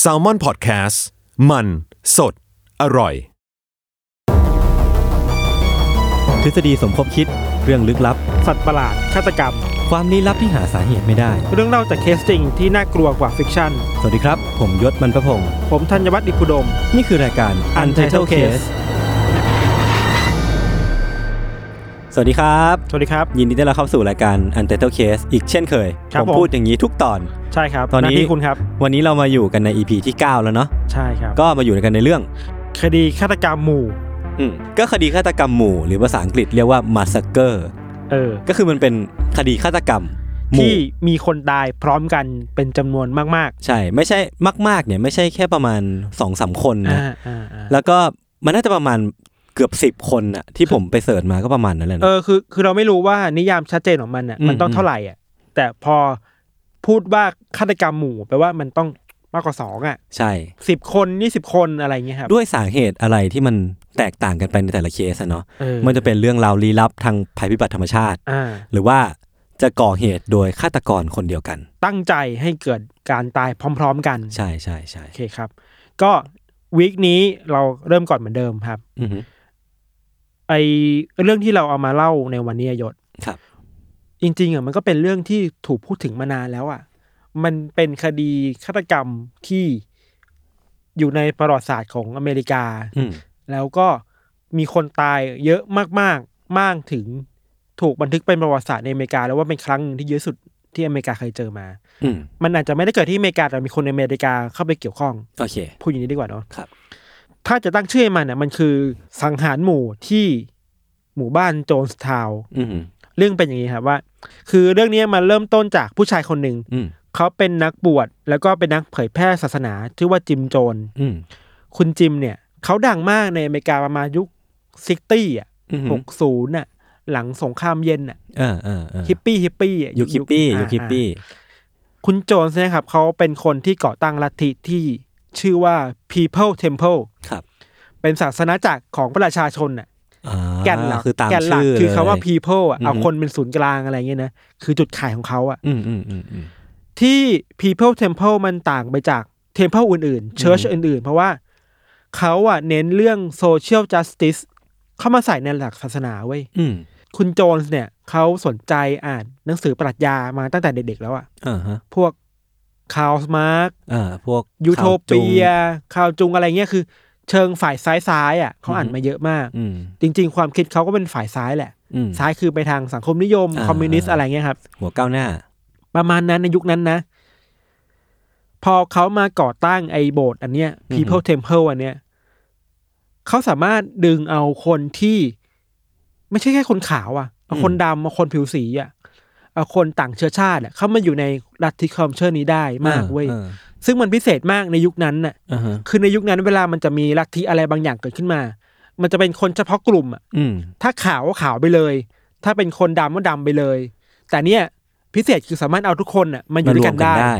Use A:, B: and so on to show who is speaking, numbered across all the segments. A: แซลมอนพอดแคสต์มันสดอร่อย
B: ทฤษฎีสมคบคิดเรื่องลึกลับ
C: สัตว์ประหลาดฆาตกรรม
B: ความลี้ลับที่หาสาเหตุไม่ได้
C: เรื่องเล่าจากเคสจริงที่น่ากลัวกว่าฟิกชั่น
B: สวัสดีครับ ผมยศมันประพงศ์
C: ผมธัญวัฒน์อิพุดม
B: นี่คือรายการ Untitled Case สวัสดีครับ
C: สวัสดีครับ
B: ยินดีต้อนรับเข้าสู่รายการ Untitled Case อีกเช่นเคย
C: ครับ
B: ผม
C: ผม
B: พูดอย่างนี้ทุกตอน
C: ใช่ครับ
B: ตอนนี้
C: หาที่คุณครับ
B: วันนี้เรามาอยู่กันใน EP ที่ 9 แล้วเนาะ
C: ใช่ครับ
B: ก็มาอยู่กันในเรื่อง
C: คดีฆาตกรรมหมู่
B: อืมก็คดีฆาตกรรมหมู่ หรือภาษาอังกฤษเรียกว่า massacre
C: เออ
B: ก็คือมันเป็นคดีฆาตกรรมหมู่
C: ที่มีคนตายพร้อมกันเป็นจำนวนมาก
B: ใช่ ไม่ใช่มาก ๆ เนี่ยไม่ใช่แค่ประมาณสองสามคน
C: ๆ
B: นะ
C: อ่าอ่าอ่า
B: แล้วก็มันน่าจะประมาณเกือบสิบ10 คนอะที่ผมไปเสิร์ชมาก็ประมาณนั้นแหละ
C: เอ
B: นะ
C: อคือคือเราไม่รู้ว่านิยามชัดเจนของมันอ่ะ
B: อืม
C: มันต้องเท่าไหร่อ่ะแต่พอพูดว่าฆาตกรรมหมู่แปลว่ามันต้องมากกว่าสองอ่ะ
B: ใช่
C: สิบคนยี่สิบคนอะไรเงี้ยครับ
B: ด้วยสาเหตุอะไรที่มันแตกต่างกันไปในแต่ละเคสอะเนาะ
C: เออ
B: มันจะเป็นเรื่องราวลี้ลับทางภัยพิบัติธรรมชาติ
C: อ่า
B: หรือว่าจะก่อเหตุโดยฆาตกรคนเดียวกัน
C: ตั้งใจให้เกิดการตายพร้อม ๆ กัน
B: ใช่ใช่ใช่
C: โอเคครับ ก็วีคนี้เราเริ่มก่อนเหมือนเดิมครับ
B: อือหือ
C: ไอเรื่องที่เราเอามาเล่าในวันนี้อะยศ
B: ครับ
C: จริงๆอ่ะมันก็เป็นเรื่องที่ถูกพูดถึงมานานแล้วอ่ะ มันเป็นคดีฆาตกรรมที่อยู่ในประวัติศาสตร์ของอเมริกา
B: อืม
C: แล้วก็มีคนตายเยอะมากๆมากถึงถูกบันทึกเป็นประวัติศาสตร์ในอเมริกา แล้วว่าเป็นครั้งหนึ่งที่เยอะสุดที่อเมริกาเคยเจอมา
B: อืม
C: มันอาจจะไม่ได้เกิดที่อเมริกาแต่มีคนในอเมริกาเข้าไปเกี่ยวข้อง
B: โอเค
C: พูดอย่างนี้ดีกว่าเนาะ
B: ครับ
C: ถ้าจะตั้งชื่อให้มันเนี่ยมันคือสังหารหมู่ที่หมู่บ้านโจนส์ทาวน์
B: อืม
C: เรื่องเป็นอย่างนี้ครับว่า คือเรื่องนี้มันเริ่มต้นจากผู้ชายคนหนึ่ง
B: อืม
C: เขาเป็นนักบวชแล้วก็เป็นนักเผยแพร่ศาสนา ชื่อว่าจิมโจน
B: อืม
C: คุณจิมเนี่ยเขาดังมากในอเมริกาประมาณยุคซิตี้อ่ะ
B: อืม
C: หกศูนย์อ่ะหลังสงครามเย็นอ่ะ
B: เออเออเออ
C: ฮิปปี้ฮิปปี้อะ
B: ยูคิปปี้ยูคิปปี้
C: คุณโจนส์เนะครับเขาเป็นคนที่ก่อตั้งลัทธิที่ชื่อว่า People Temple
B: ครับ
C: เป็นศาสนาจักรของประชาชนน่ะ
B: อ่า
C: แกนหลัก
B: คือตาม
C: แกนหลัก
B: ชื่อ
C: คือคำว่า
B: เลย
C: people อ่ะ
B: อือหือ
C: เอาคนเป็นศูนย์กลางอะไรเงี้ยนะคือจุดขายของเขาอ่ะ
B: อืมอืมอืมอืม
C: ที่ people temple มันต่างไปจาก temple อื่นๆ church
B: อือหือ
C: อื่นๆ เพราะว่าเขาอ่ะเน้นเรื่อง social justice เข้ามาใส่ในหลักศาสนาเว้ย
B: อืม
C: คุณโจนส์เนี่ยเขาสนใจอ่านหนังสือปรัชญามาตั้งแต่เด็กๆแล้วอ่ะ
B: อ่าฮะ
C: พวกคาร์ลมาร์ก
B: อ่าพวก
C: ยูโทเปีย
B: ข่าวจุง
C: คาวจุงอะไรเงี้ยคือ เชิงฝ่ายซ้ายๆอ่ะเขาอ่านมาเยอะมาก
B: อืม
C: จริงๆ ความคิดเขาก็เป็นฝ่ายซ้ายแหละ
B: อืม
C: ซ้ายคือไปทางสังคมนิยม
B: อ่า
C: คอมมิวนิสต์อะไรเงี้ยครับ
B: หัวก้าวหน้า
C: ประมาณนั้นในยุคนั้นนะ พอเขามาก่อตั้งไอ้โบสถ์อันเนี้ย People Temple อันเนี้ยเขาสามารถดึงเอาคนที่ ไม่ใช่แค่คนขาวอะ่ะเอาคนดำเอาคนผิวสีอะ่ะเอาคนต่างเชื้อชาติอะเข้ามาอยู่ในลัทธิคอมเชอร์นี้ได้มากเว้ย
B: อ่า
C: ซึ่งมันพิเศษมากในยุคนั้นน่ะ
B: อ่าฮะ
C: คือในยุคนั้นเวลามันจะมีลัทธิอะไรบางอย่างเกิดขึ้นมา มันจะเป็นคนเฉพาะกลุ่มอะ
B: อืม
C: ถ้าขาวก็ขาวไปเลย ถ้าเป็นคนดำก็ดำไปเลย แต่เนี่ยพิเศษคือสามารถเอาทุกคนอ่ะมาอยู่ด้วยกันได้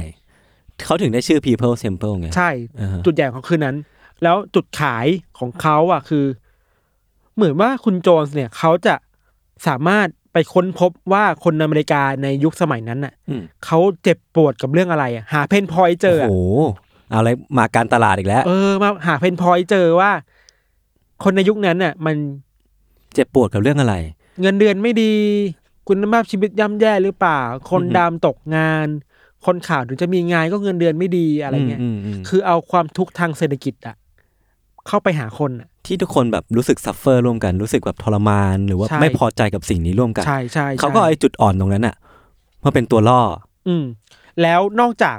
B: เขาถึงได้ชื่อ people temple ไง
C: ใช่
B: อ่าฮะ
C: จุดใหญ่ของคืนนั้น แล้วจุดขายของเขาอ่ะคือ เหมือนว่าคุณโจนส์เนี่ยเขาจะสามารถไปค้นพบว่าคนอเมริกาในยุคสมัยนั้นน่ะ
B: อืม
C: เขาเจ็บปวดกับเรื่องอะไรอะหาเพนพอยต์เจ
B: โอ้
C: ออะ
B: โหเอาอะไรมาการตลาดอีกแล้ว
C: เออมาหาเพนพอยต์เจอว่า คนในยุคนั้นน่ะ มัน
B: เจ็บปวดกับเรื่องอะไร
C: เงินเดือนไม่ดี คุณภาพชีวิตย่ำแย่หรือเปล่า คน
B: อือฮึ
C: ดำตกงาน คนข่าวถึงจะมีงานก็เงินเดือนไม่ดีอะไรเงี้ย
B: มมม
C: คือเอาความทุกข์ทางเศรษฐกิจอะเข้าไปหาคนอะ
B: ที่ทุกคนแบบรู้สึก suffer ร่วมกันรู้สึกแบบทรมานหรือว่า
C: ใช่
B: ไม่พอใจกับสิ่งนี้ร่วมกัน
C: ใช่ใช่ใช่
B: เขาก็เอาไอ้จุดอ่อนตรงนั้นอะมาเป็นตัวล่อ
C: อืมแล้วนอกจาก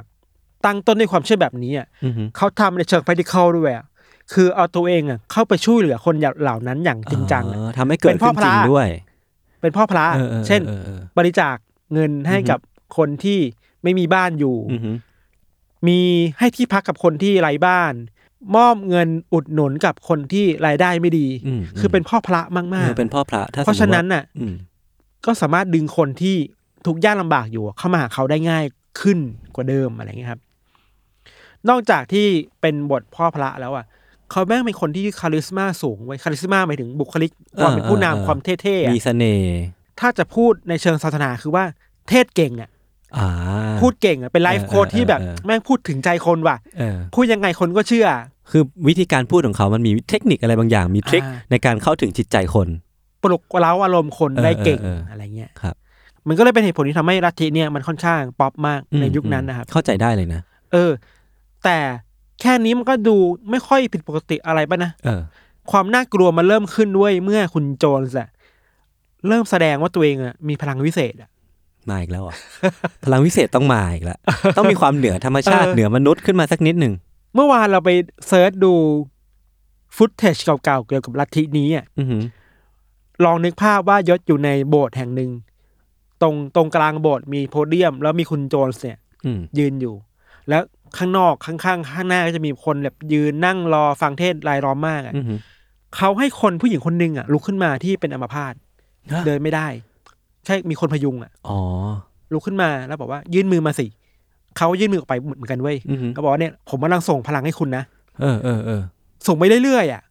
C: ตั้งต้นด้วยความเชื่อแบบนี้อะ
B: อือฮึ
C: เขาทำในเชิง practical ด้วยอะคือเอาตัวเองอะเข้าไปช่วยเหลือคนเหล่านั้นอย่างจริงจังอะ
B: อ๋อทำให้เกิด
C: เป็นพ่อ
B: ขึ้นจริง
C: พระ
B: ด้วย
C: เป็นพ่อพระ
B: ออออ
C: เช่น
B: ออออบ
C: ริจาคเงินให้กับคนที่ไม่มีบ้านอยู่
B: อือฮึ
C: มีให้ที่พักกับคนที่ไร้บ้าน มอบเงินอุดหนุนกับคนที่รายได้ไม่ดี
B: ม
C: คือเป็นพ่อพระมาก
B: เออ
C: ๆ
B: เป็นพ่อพระถ้าสม
C: เพ
B: มุติ
C: ราะ
B: ว่
C: ฉะนั้นน่ะ
B: อืม
C: ก็สามารถดึงคนที่ทุกข์ยากลำบากอยู่เข้ามาหาเขาได้ง่ายขึ้นกว่าเดิมอะไรเงี้ยครับ นอกจากที่เป็นบทพ่อพระแล้วอ่ะเขาแม่งเป็นคนที่คาริสมาสูงไว้ยคาริสมาหมายถึงบุคลิกความเป็นผู้
B: เออเออเออ
C: นำความเท่ๆอะ
B: มีเสน่ห์
C: ถ้าจะพูดในเชิงศาสนาคือว่าเทศเก่งอ่ะ
B: อ่า
C: พูดเก่งอะเป็นไลฟ์โค้ด
B: เออเออ
C: ที่แบบ
B: เออ
C: แม่งพูดถึงใจคนว่ะ
B: เออ
C: พูดยังไงคนก็เชื่อ
B: คือวิธีการพูดของเขามันมีเทคนิคอะไรบางอย่างมีทริค
C: อ่า
B: ในการเข้าถึงจิตใจคน
C: ปลุกเร้าอารมณ์คน
B: เออ
C: ได้เก่ง
B: เออเอออ
C: อะไรเงี้ย
B: ครับ
C: มันก็เลยเป็นเหตุผลที่ทำให้ลัทธิเนี่ยมันค่อนข้างป๊อปมาก
B: อืม
C: ในยุคนั้นนะครับ
B: เข้าใจได้เลยนะ
C: เออ แต่แค่นี้มันก็ดูไม่ค่อยผิดปกติอะไรป่ะนะ
B: เออ
C: ความน่ากลัวมันเริ่มขึ้นด้วยเมื่อคุณโจนส์อะเริ่มแสดงว่าตัวเองอะมีพลังวิเศษอะ
B: มาอีกแล้วเหรอ่ะ พลังวิเศษต้องมาอีกแล้วต้องมีความเหนือธรรมชาติ
C: เออ
B: เหนือมนุษย์ขึ้นมาสักนิดหนึ่ง
C: เมื่อวานเราไปเซิร์ชดูฟุตเทจเก่าๆเกี่ยวกับลัทธินี้อะ
B: อือหือ
C: ลองนึกภาพว่ายศอยู่ในโบสถ์แห่งหนึ่ง ตรงตรงกลางโบสถ์มีโพเดียม แล้วมีคุณโจนส์เนี่ย
B: อืม
C: ยืนอยู่ แล้วข้างนอกข้างๆข้างหน้าก็จะมีคนแบบยืนนั่งรอฟังเทศน์รายล้อมมากอะ
B: อือหือ
C: เขาให้คนผู้หญิงคนหนึ่งอะลุกขึ้นมาที่เป็นอัมพาต เดินไม่ได้ ใช่มีคนพยุงอ่ะ
B: อ๋อ
C: ลุกขึ้นมาแล้วบอกว่ายื่นมือมาสิเขายื่นมือออกไปเหมือนกันเว้ย
B: อือหือ
C: เขาบอกว่าเนี่ยผมกำลังส่งพลังให้คุณนะ
B: เออเออเออ
C: ส่งไปเรื่อยๆอ่ะ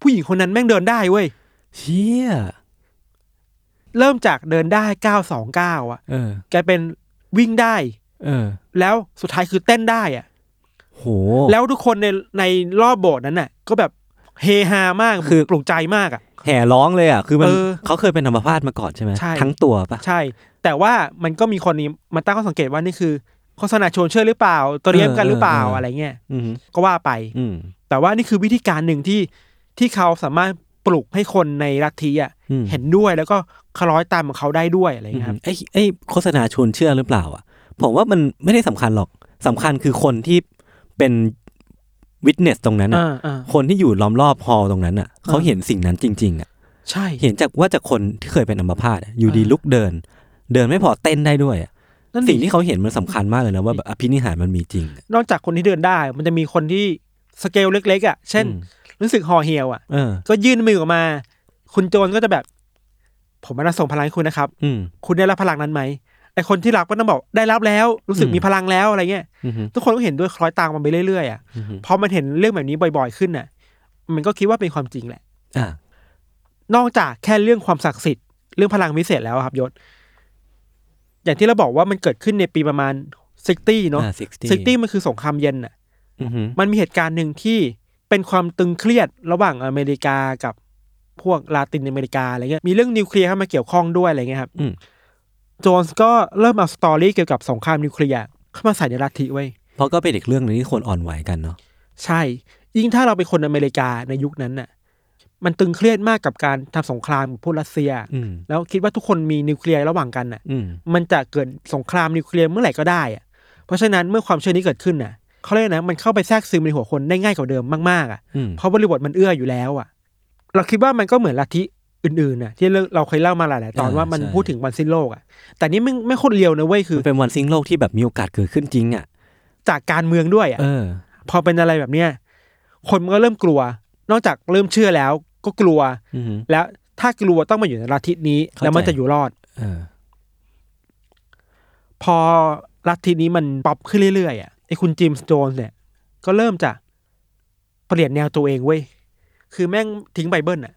C: ผู้หญิงคนนั้นแม่งเดินได้เว้ย
B: เชี่ย
C: เริ่มจากเดินได้เก้าสองเก้าอ่ะ
B: เออ
C: แกลายเป็นวิ่งได้
B: เออ
C: แล้วสุดท้ายคือเต้นได้อ่ะ
B: โห
C: แล้วทุกคนในในรอบโบสถ์นั้นน่ะ ก็แบบเฮฮามาก
B: คือ
C: ปลุกใจมากอ่ะ
B: แห่ร้องเลยอ่ะ คือมัน
C: เออ
B: เขาเคยเป็นอัมพาตมาก่อนใช่ไหม
C: ใช่
B: ทั้งตัวปะ
C: ใช่ แต่ว่ามันก็มีคนนี้มาตั้งข้อสังเกตว่านี่คือโฆษณาชวนเชื่อหรือเปล่าเตรียมกันหรือเปล่าอะไรเงี้ย
B: อือหือ
C: ก็ว่าไป
B: อืม
C: แต่ว่านี่คือวิธีการหนึ่งที่ที่เขาสามารถปลุกให้คนในรัฐทีอ่ะ
B: อืม
C: เห็นด้วยแล้วก็คล้อยตามของเขาได้ด้วยอะไร
B: อือ
C: เงี้ยค
B: หือ
C: รับ
B: ไอ้ไอ้โฆษณาชวนเชื่อหรือเปล่า อ่ะ ผมว่ามันไม่ได้สำคัญหรอกสำคัญคือคนที่เป็นวิทเนสตรงนั้นอ่ะ
C: อ่าอ่า
B: คนที่อยู่ล้อมรอบฮอลล์ตรงนั้นอ่ะเขา
C: อ่า
B: เห็นสิ่งนั้นจริง ๆอ่ะ
C: ใช่
B: เห็นจากว่าจากคนที่เคยเป็นอัมพาตอะอยู่ดีลุกเดิน เดินไม่พอเต้นได้ด้วยอะ
C: นั่น
B: สิ่ง
C: ดิ
B: ที่เขาเห็นมันสำคัญมากเลยนะว่าแบบอภินิหารมันมีจริงอะ
C: นอกจากคนที่เดินได้ มันจะมีคนที่สเกลเล็ก ๆ อ่ะ เช่น
B: อืม
C: รู้สึกห่อเหี่ยวอ่ะ
B: เออ
C: ก็ยื่นมือออกมา คุณโจรก็จะแบบ ผมมาส่งพลังให้คุณนะครับ
B: อืม
C: คุณได้รับพลังนั้นไหมไอคนที่รับก็ต้องบอกได้รับแล้ว รู้สึก
B: อืม
C: มีพลังแล้วอะไรเงี้ย
B: อืม
C: ทุกคนก็เห็นด้วยคล้อยตามมันไปเรื่อยๆอ่ะ
B: อืม
C: พอมันเห็นเรื่องแบบนี้บ่อย ๆขึ้นอ่ะ มันก็คิดว่าเป็นความจริงแหละ
B: อ่ะ
C: นอกจากแค่เรื่องความศักดิ์สิทธิ์เรื่องพลังวิเศษแล้วอะครับยศ อย่างที่เราบอกว่ามันเกิดขึ้นในปีประมาณซิตี้เนาะ
B: อ่ะ60
C: ซิตี้มันคือสงครามเย็นน่ะ
B: อือหือ
C: มันมีเหตุการณ์หนึ่งที่เป็นความตึงเครียดระหว่างอเมริกากับพวกลาตินอเมริกาอะไรเงี้ยมีเรื่องนิวเคลียร์เข้ามาเกี่ยวข้องด้วยอะไรเงี้ยครับ
B: อืม
C: โจนส์ก็เริ่มเอาสตอรี่เกี่ยวกับสงครามนิวเคลียร์เข้ามาใส่ในลัทธิไว้ย
B: เพราะก็เป็นอีกเรื่องหนึงที่คนอ่อนไหวกันเนาะ
C: ใช่ ยิ่งถ้าเราเป็นคนอเมริกาในยุคนั้นน่ะ มันตึงเครียดมากกับการทำสงครามกับพวกรัสเซีย
B: อืม
C: แล้วคิดว่าทุกคนมีนิวเคลียร์ระหว่างกันน่ะ
B: อืม
C: มันจะเกิดสงครามนิวเคลียร์เมื่อไหร่ก็ได้อะเพราะฉะนั้นเมื่อความเชื่อนี้เกิดขึ้นน่ะเขาเรียกนะมันเข้าไปแทรกซึมในหัวคนได้ง่ายกว่าเดิมมากๆอ่ะ
B: อืม
C: เพราะบริบทมันเอื้ออยู่แล้วอ่ะ เราคิดว่ามันก็เหมือนลัทธิอื่นๆน่ะ ที่เราเคยเล่ามาหลายๆตอนว่ามันพูดถึงวันสิ้นโลกอ่ะแต่นี่ไม่ไม่โคตรเรียวนะเว้ยคือ
B: มันเป็นวันสิ้นโลกที่แบบมีโอกาสเกิดขึ้นจริงอ่ะ
C: จากการเมืองด้วยอ่ะ
B: เออ
C: พอเป็นอะไรแบบเนี้ยคนมันก็เริ่มกลัว นอกจากเริ่มเชื่อแล้ว ก็กลัว
B: อือหือ
C: แล้วถ้ากลัวต้องมาอยู่ในลัทธินี้
B: เข้าใจ
C: แล้วมันจะอยู่รอด
B: เออ
C: พอลัทธินี้มันป๊อปขึ้นเรื่อยๆอ่ะไอ้คุณจิมส์โจนส์เนี่ย ก็เริ่มจะเปลี่ยนแนวตัวเองเว้ย คือแม่งทิ้งไบเบิลอ่ะ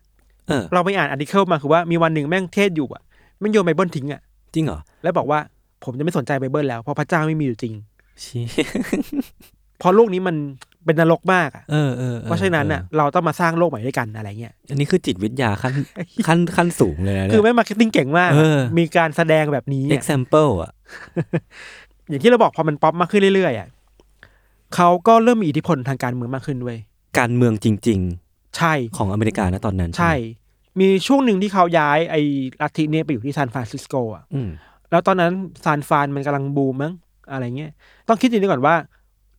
B: เออ
C: เราไปอ่านอาร์ติเคิลมาคือว่ามีวันหนึ่งแม่งเทศอยู่อ่ะแม่งโยนไบเบิลทิ้งอ่ะ
B: จริงเหรอ
C: แล้วบอกว่าผมจะไม่สนใจไบเบิลแล้ว เพราะพระเจ้าไม่มีอยู่จริง
B: ชี้
C: เพราะโลกนี้มันเป็นนรกมากอ่ะ
B: เออเออออ
C: เพราะฉะนั้น
B: อ
C: อ่ะ เราต้องมาสร้างโลกใหม่ด้วยกันอะไรเงี้ย
B: อันนี้คือจิตวิทยาขั้น ขั้นขั้นสูงเลยนะเนี่ย
C: คือแม่งมาร์เก็ตติ้งเก่งมากอะ
B: เออ
C: มีการแสดงแบบนี้อะ
B: example อ่ะ
C: อย่างที่เราบอกพอมันป๊อปมากขึ้นเรื่อยๆอ่ะเขาก็เริ่มมีอิทธิพลทางการเมืองมากขึ้นเว้ย
B: การเมืองจริง
C: ใช่
B: ๆ ของอเมริกานะตอนนั้น
C: ใช่
B: ไหม
C: มีช่วงหนึ่งที่เขาย้ายไอ้ลัทธิเนี่ยไปอยู่ที่ซานฟรานซิสโกอ่ะ
B: อืม
C: แล้วตอนนั้นซานฟรานมันกำลังบูมมั้งอะไรเงี้ย ต้องคิดดีๆก่อนว่า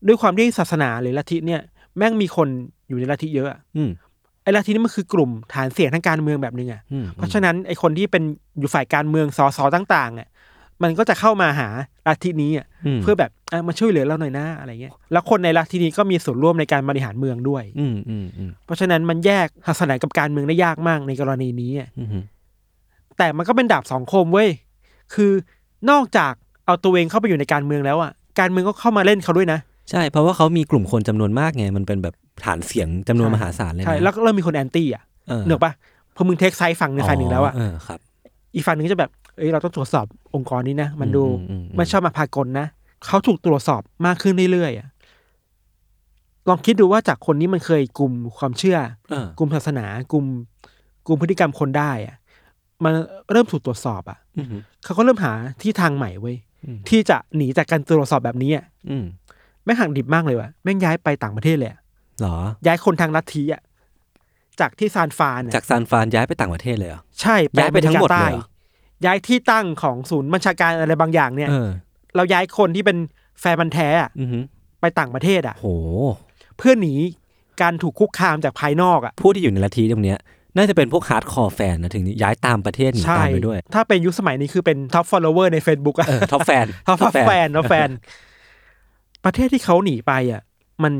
C: ด้วยความที่ศาสนาหรือลัทธิเนี่ย แม่งมีคนอยู่ในลัทธิเยอะอะ
B: อืม
C: ไอ้ลัทธินี่มันคือกลุ่มฐานเสียงทางการเมืองแบบหนึงอ่ะ
B: อืม
C: เพราะฉะนั้นไอ้คนที่เป็นอยู่ฝ่ายการเมืองสอสอต่างๆอ่ะ มันก็จะเข้ามาหาลัทธินี้อ่ะ
B: ม
C: เพื่อแบบอ่ะมาช่วยเหลือเราหน่อยนะอะไรเงี้ย แล้วคนในลัทธินี้ก็มีส่วนร่วมในการบริหารเมืองด้วย
B: อืมอืมอืม
C: เพราะฉะนั้นมันแยกศาสนากับการเมืองได้ยากมากในกรณีนี้อ่ะ
B: อืม
C: แต่มันก็เป็นดาบสองคมเว้ย คือนอกจากเอาตัวเองเข้าไปอยู่ในการเมืองแล้วอ่ะ การเมืองก็เข้ามาเล่นเขาด้วยนะ
B: ใช่ เพราะว่าเขามีกลุ่มคนจำนวนมากไง มันเป็นแบบฐานเสียงจำนวน
C: ใช่
B: มหาศาลเลยนะ
C: ใช่ แล้วก็เริ่มมีคนแอนตี้อ่ะ
B: เออ
C: เหนือปะพอมึงเทคไซด์ฝั่งในงฝ่ายหนึ่งแล้วอ่ะ
B: เออครับ
C: อีกฝั่งหนึ่งก็จะแบบ เอ้ยเราต้องตรวจสอบองค์กรนี้นะ มันดู
B: อืมอืมอืม
C: มันชอบมาพากลนะเขาถูกตรวจสอบมากขึ้นเรื่อยๆอะลองคิดดูว่าจากคนนี้มันเคยกลุ่มความเชื่อ
B: เออก
C: ลุ่มศาสนากลุ่มกลุ่มพฤติกรรมคนได้อะมันเริ่มถูกตรวจสอบอะ
B: อืม
C: เขาก็เริ่มหาที่ทางใหม่เว้ย
B: อืม
C: ที่จะหนีจากการตรวจสอบแบบนี้อะ
B: อืม
C: แม่งห่างดิบมากเลยว่ะแม่งย้ายไปต่างประเทศเลยอะ
B: เหรอ
C: ย้ายคนทางลัทธิอะจากที่ซานฟรานอะ
B: จากซานฟรานย้ายไปต่างประเทศเลยเหรอ
C: ใช่
B: ย้ายไปทั้งหมดเลยเหรอ
C: ย้ายที่ตั้งของศูนย์บัญชาการอะไรบางอย่างเนี่ย
B: เออ
C: เราย้ายคนที่เป็นแฟนบันธุ์แท้อะ
B: อือหือ
C: ไปต่างประเทศอ่ะ
B: โห
C: เพื่อหนีการถูกคุกคามจากภายนอกอ่ะ
B: ผู้ที่อยู่ในลัทธิตรงเนี้ย น่าจะเป็นพวกฮาร์ดคอร์แฟนนะถึงย้ายตามประเทศหนี
C: ใช่
B: ตามไปด้วย
C: ถ้าเป็นยุคสมัยนี้คือเป็นท็อปฟอลโลเวอร์ใน Facebook อ่ะ
B: เออท็อปแฟน
C: ท็อปแฟนท็อปแฟน ประเทศที่เขาหนีไปอ่ะ มัน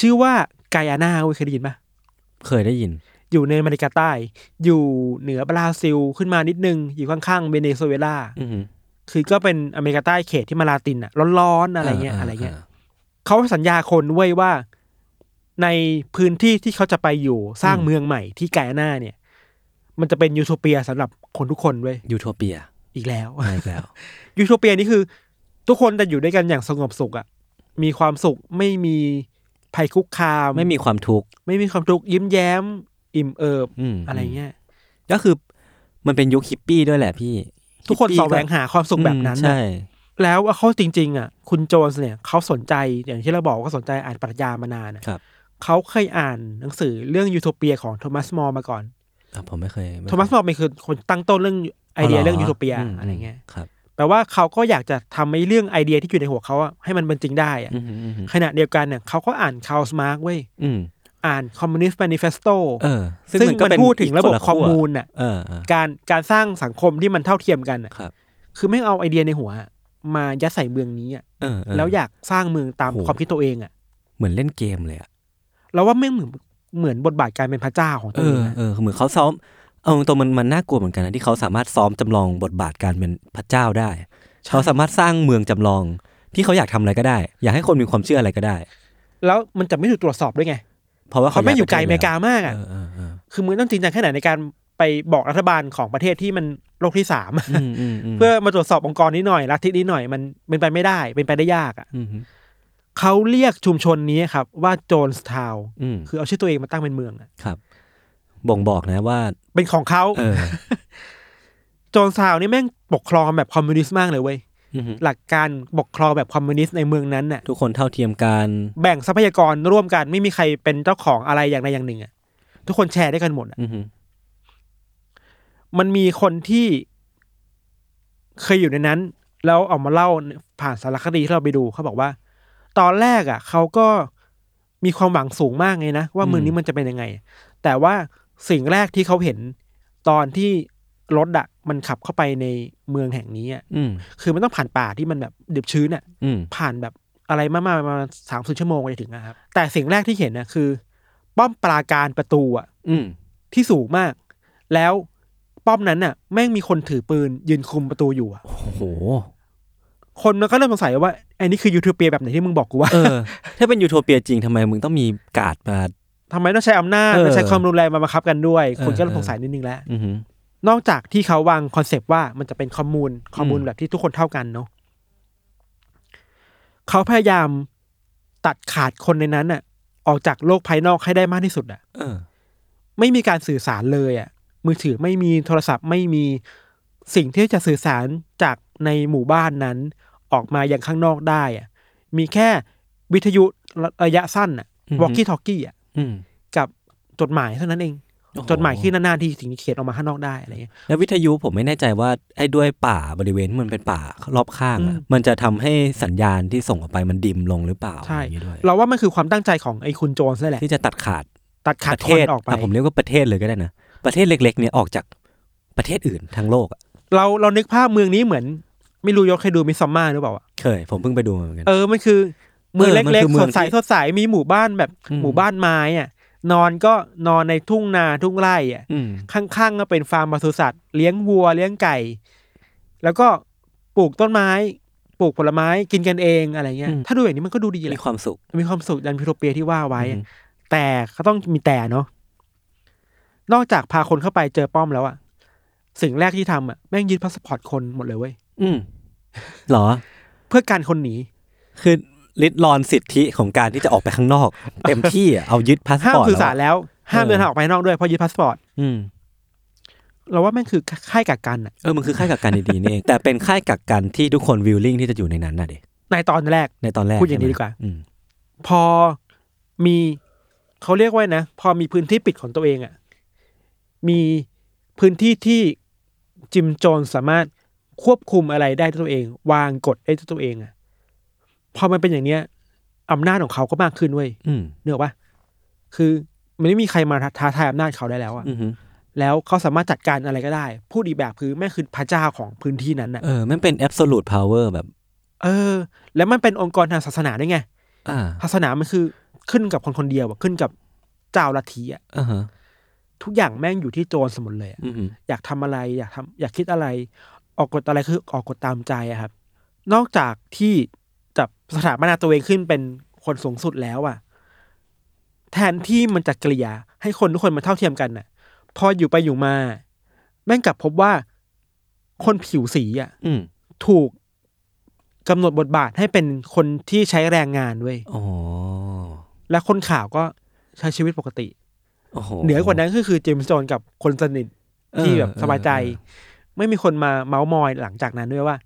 C: ชื่อว่าไกอาน่าเว้ยเคยได้ยินปะ
B: เคยได้ยิน
C: อยู่ในอเมริกาใต้ อยู่เหนือบราซิลขึ้นมานิดนึง อยู่ข้างๆเวเนซุเอลา
B: อือหือ
C: คือก็เป็นอเมริกาใต้เขตที่มาลาตินอ่ะร้อนๆอะไรเงี้ยอะไรเงี้ยเขาสัญญาคนไว้ว่าในพื้นที่ที่เขาจะไปอยู่สร้างเมืองใหม่ที่ไกอาน่าเนี่ย มันจะเป็นยูโทเปียสำหรับคนทุกคนเว้ย
B: ยูโทเปีย
C: อีกแล้ว
B: มาอีกแล้ว
C: ยูโทเปียนี่คือ ทุกคนจะอยู่ด้วยกันอย่างสงบสุขอ่ะมีความสุขไม่มีภัยคุกคาม
B: ไม่มีความทุกข์
C: ไม่มีความทุกข์ยิ้มแย้ม อิ่มเอิบ
B: อืม
C: อะไรเงี้ย
B: ก็คือมันเป็นยุคฮิปปี้ด้วยแหละพี่
C: ทุกคน
B: ฮิปปี้
C: แสวงหาความสุขแบบนั้น
B: อืม
C: น่ะ
B: ใช่
C: แล้วเอาเข้าจริง ๆ อ่ะ คุณโจนส์เนี่ยเขาสนใจอย่างที่เราบอกว่าเขาสนใจอ่านปรัชญามานานอะ
B: ครับ
C: เขาเคยอ่านหนังสือเรื่องยูโทเปียของโทมัสมอร์มาก่อน
B: อ่ะผมไม่เคยไเคย
C: โทมัสมอร์เป็นคือคนตั้งต้นเรื่องไอเดียเรื่องยูโทเปีย
B: ม
C: อะไรเงี้ย
B: ครับ
C: แปลว่าเขาก็อยากจะทำไอ้เรื่องไอเดียที่อยู่ในหัวเขาอะให้มันเป็นจริงได้อะ
B: อืมอืมอืม
C: ขณะเดียวกันเนี่ยเขาก็อ่านคาร์ลมาร์กเว้ย
B: อืม
C: อ่านคอมมิวนิสต์ a มนิเฟสโต
B: เออ
C: ซึ่งมัน
B: เป็
C: พูดถึงระบบ
B: กนล
C: คอมมู
B: ว
C: ลน่ะ
B: เออเออ
C: การการสร้างสังคมที่มันเท่าเทียมกันอะ
B: ครับ
C: คือไม่เอาไอเดียในหัวอะมายัดใส่เมืองนี้อะ
B: เออเออ
C: แล้วอยากสร้างเมืองตาม
B: โห
C: ความคิดตัวเองอะ
B: เหมือนเล่นเกมเลยอะ
C: เราว่าไม่เหมือนเหมือนบทบาทการเป็นพระเจ้าของตั
B: เอ
C: วเอ
B: อง
C: นะ
B: เออเหมือนเขาซ้อมเอาตรงๆมันมันน่ากลัวเหมือนกันนะที่เขาสามารถซ้อมจำลองบทบาทการเป็นพระเจ้าได้เขาสามารถสร้างเมืองจำลองที่เขาอยากทำอะไรก็ได้ อยากให้คนมีความเชื่ออะไรก็ได้
C: แล้วมันจะไม่ถูกตรวจสอบด้วยไง
B: เพราะว่า
C: เขาไม่อยู่ไกลอเมริกา
B: เ
C: มาก
B: อ
C: อะ
B: อเออเออ
C: คือมึงต้องจริงจังแค่ไหนในการไปบอกรัฐบาลของประเทศที่มันโลกที่สามอะ
B: อืมอืมม
C: เพื่อมาตรวจสอบองค์กรนี้หน่อยลัทธินี้หน่อยมันเป็นไปไม่ได้ เป็นไปได้ยากอะ
B: อืมอืม
C: เขาเรียกชุมชนนี้ครับว่าโจนส์ทาวน์
B: อืม
C: คือเอาชื่อตัวเองมาตั้งเป็นเมืองอะ
B: ครับ บ่งบอกนะว่า
C: เป็นของเขา
B: เออ
C: โจนส์ทาวน์นี่แม่งปกครองแบบคอมมิวนิสต์มากเลยเว้ย
B: อืม
C: หลักการปกครองแบบคอมมิวนิสต์ในเมืองนั้นน่ะ
B: ทุกคนเท่าเทียมกัน
C: แบ่งทรัพยากรร่วมกันไม่มีใครเป็นเจ้าของอะไรอย่างใดอย่างหนึ่งอะทุกคนแชร์ได้วยกันหมดอะ
B: อืมอืม
C: มันมีคนที่เคยอยู่ในนั้น แล้วเออกมาเล่าผ่านสารคดีที่เราไปดูเขาบอกว่า ตอนแรกอะเขาก็มีความหวังสูงมากเลยนะ ว่าเมืองนี้มันจะเป็นยังไง แต่ว่าสิ่งแรกที่เขาเห็นตอนที่รถอะมันขับเข้าไปในเมืองแห่งนี้อะ
B: อืม
C: คือมันต้องผ่านป่าที่มันแบบดิบชื้นอะ
B: อืม
C: ผ่านแบบอะไรมากๆประมาณสามสิบชั่วโมงไปถึงนะครับ แต่สิ่งแรกที่เห็นนะคือ ป้อมปราการประตูอะ
B: อืม
C: ที่สูงมาก แล้วป้อมนั้นน่ะ แม่งมีคนถือปืนยืนคุมประตูอยู่อะ
B: โอ้โห
C: คนมันก็เริ่มสงสัยว่าไอ้นี่คือยูโทูเปียแบบไหนที่มึงบอกกูว่า
B: เออ ถ้าเป็นยูโทเปียจริงทำไมมึงต้องมีการ์ดมา
C: ทำไมต้องใช้อำนาจ
B: เออ
C: ต้องใช้ความรุนแรงมาบังคับกันด้วย
B: เออ
C: คนก็เริ่มสงสัยนิดนึงแล้ว
B: อืมอืม
C: นอกจากที่เขาวางคอนเซปต์ว่ามันจะเป็นคอมมูนคอมมูน
B: อืม
C: แบบที่ทุกคนเท่ากันเนาะเขาพยายามตัดขาดคนในนั้นน่ะ ออกจากโลกภายนอกให้ได้มากที่สุดอะ
B: เออ
C: ไม่มีการสื่อสารเลยอะ่ะ มือถือไม่มีโทรศัพท์ไม่มีสิ่งที่จะสื่อสารจากในหมู่บ้านนั้น ออกมาอย่างข้างนอกได้อะ่ะ มีแค่วิทยุระยะสั้นอะ่ะ
B: อือฮึ
C: วอ k กี้ทอกกี้อ่ะ
B: อืม
C: กับจดหมายเท่านั้นเอง
B: โอ้โ
C: จดหมายที่นานๆที่ถึงจะเขียนออกมาข้างนอกได้อะไรเงี้ย
B: แล้ววิทยุผมไม่แน่ใจว่าไอ้ด้วยป่าบริเวณที่มันเป็นป่ารอบข้างอะ
C: อืม
B: มันจะทำให้สัญญาณที่ส่งออกไปมันดิมลงหรือเปล่า
C: ใช่
B: อย่างนี้ด้วย
C: เราว่ามันคือความตั้งใจของไอ้คุณโจนส์นั่นแหละ
B: ที่จะตัดขาด
C: ตัดขา
B: ป
C: ด
B: ระ
C: ค
B: เท
C: น
B: ศ
C: ออกไป
B: อ่ะผมเรียกว่าประเทศเลยก็ได้นะ ประเทศเล็ก ๆ เนี่ยออกจากประเทศอื่นทั้งโลกอะ
C: เราเรานึกภาพเมืองนี้เหมือน ไม่รู้ยศเคยดูมิซัมมาหรือเปล่าอะ
B: เคย ผมเพิ่งไปดูมาเหมือนกัน
C: เออ มันคือเมือง
B: เออมัน
C: เล็ก
B: คือเมื
C: ๆส
B: อง
C: ดใส
B: ที่
C: สดใสมีหมู่บ้านแบบ
B: อืม
C: หมู่บ้านไม้อ่ะ นอนก็นอนในทุ่งนาทุ่งไร่อ่ะ
B: อืม
C: ข้างๆก็เป็นฟาร์มปศุสัตว์เลี้ยงวัวเลี้ยงไก่ แล้วก็ปลูกต้นไม้ปลูกผลไม้กินกันเองอะไรเงี้ย ถ้าดูอย่างนี้มันก็ดูดีแห
B: มี
C: ละ
B: ความสุข
C: มีความสุขดันพิโรเปียที่ว่าไว้
B: อื
C: อะ
B: ม
C: แต่ก็ต้องมีแต่เนาะนอกจากพาคนเข้าไปเจอป้อมแล้วอ่ะ สิ่งแรกที่ทำอ่ะแม่งยึดพาสปอร์ตคนหมดเลยเว้ย
B: อืมเหรอ
C: เพื่อการคนหนี
B: คือลิดรอนสิทธิของการที่จะออกไปข้าง นอก เต็มที่อะเอายึดพาส
C: ห้า
B: ป
C: ม
B: อร์ต
C: สื่อ
B: แล้วอะ
C: สารแล้วห้าม
B: เออ
C: เดินทางออกไปข้างนอกด้วยเพราะยึดพาสปอร์ต
B: อืม
C: เราว่าแม่งคือค่ายกักกันอ่ะ
B: เออมันคือค่ายกักกันดีๆนี่เอง แต่เป็นค่ายกักกันที่ทุกคนวิลลิ่งที่จะอยู่ในนั้นน่ะเด็ก
C: ในตอนแรก
B: ในตอนแรก
C: พูดอย่างนี้
B: ใช่ไหม
C: ดีกว่า
B: อืม
C: พอมีเขาเรียกว่านะ พอมีพื้นที่ปิดของตัวเองอะ่ะมีพื้นที่ที่จิมโจนสามารถควบคุมอะไรได้ด้วยตัวเอง วางกฎได้ด้วยตัวเองอะ่ะพอมันเป็นอย่างเนี้ยอำนาจของเขาก็มากขึ้นเว้ย
B: อืม
C: เนกออกปะคือมันไม่มีใครมาท้าทายอำนาจเขาได้แล้วอะ่ะ
B: อือหือ
C: แล้วเขาสามารถจัดการอะไรก็ได้พูดอีกแบบคือแม่งคือพระเจ้าของพื้นที่นั้นอ่ะ
B: เออมันเป็น absolute power แบบ
C: เออ แล้วมันเป็นองค์กรทางศาสนาได้วยไง
B: อ่า
C: ศาสนามันคือขึ้นกับคนคนเดียวอะขึ้นกับเจ้าลัทธิอ่ะ
B: อ่าฮะ
C: ทุกอย่างแม่งอยู่ที่โจรสมุนเลยอะ
B: อืม
C: อยากทำอะไร อยากทำอยากคิดอะไร ออกกฎอะไรคือออกกฎตามใจอะครับ นอกจากที่จับสถาปนาตัวเองขึ้นเป็นคนสูงสุดแล้วอะแทนที่มันจะเกลี่ยให้คนทุกคนมาเท่าเทียมกันน่ะ พออยู่ไปอยู่มา แม่งกลับพบว่าคนผิวสีอะ
B: อืม
C: ถูกกำหนดบทบาทให้เป็นคนที่ใช้แรงงานเว้ย
B: อ๋อ
C: และคนข่าวก็ใช้ชีวิตปกติ
B: โอ้โห
C: เหนือกว่านั้นก็คือเจมส์จอนกับคนสนิท
B: เออ
C: ที่แบบสบายใจ
B: เออเอ
C: ไม่มีคนมาเมาส์มอยหลังจากนั้นด้วยว่า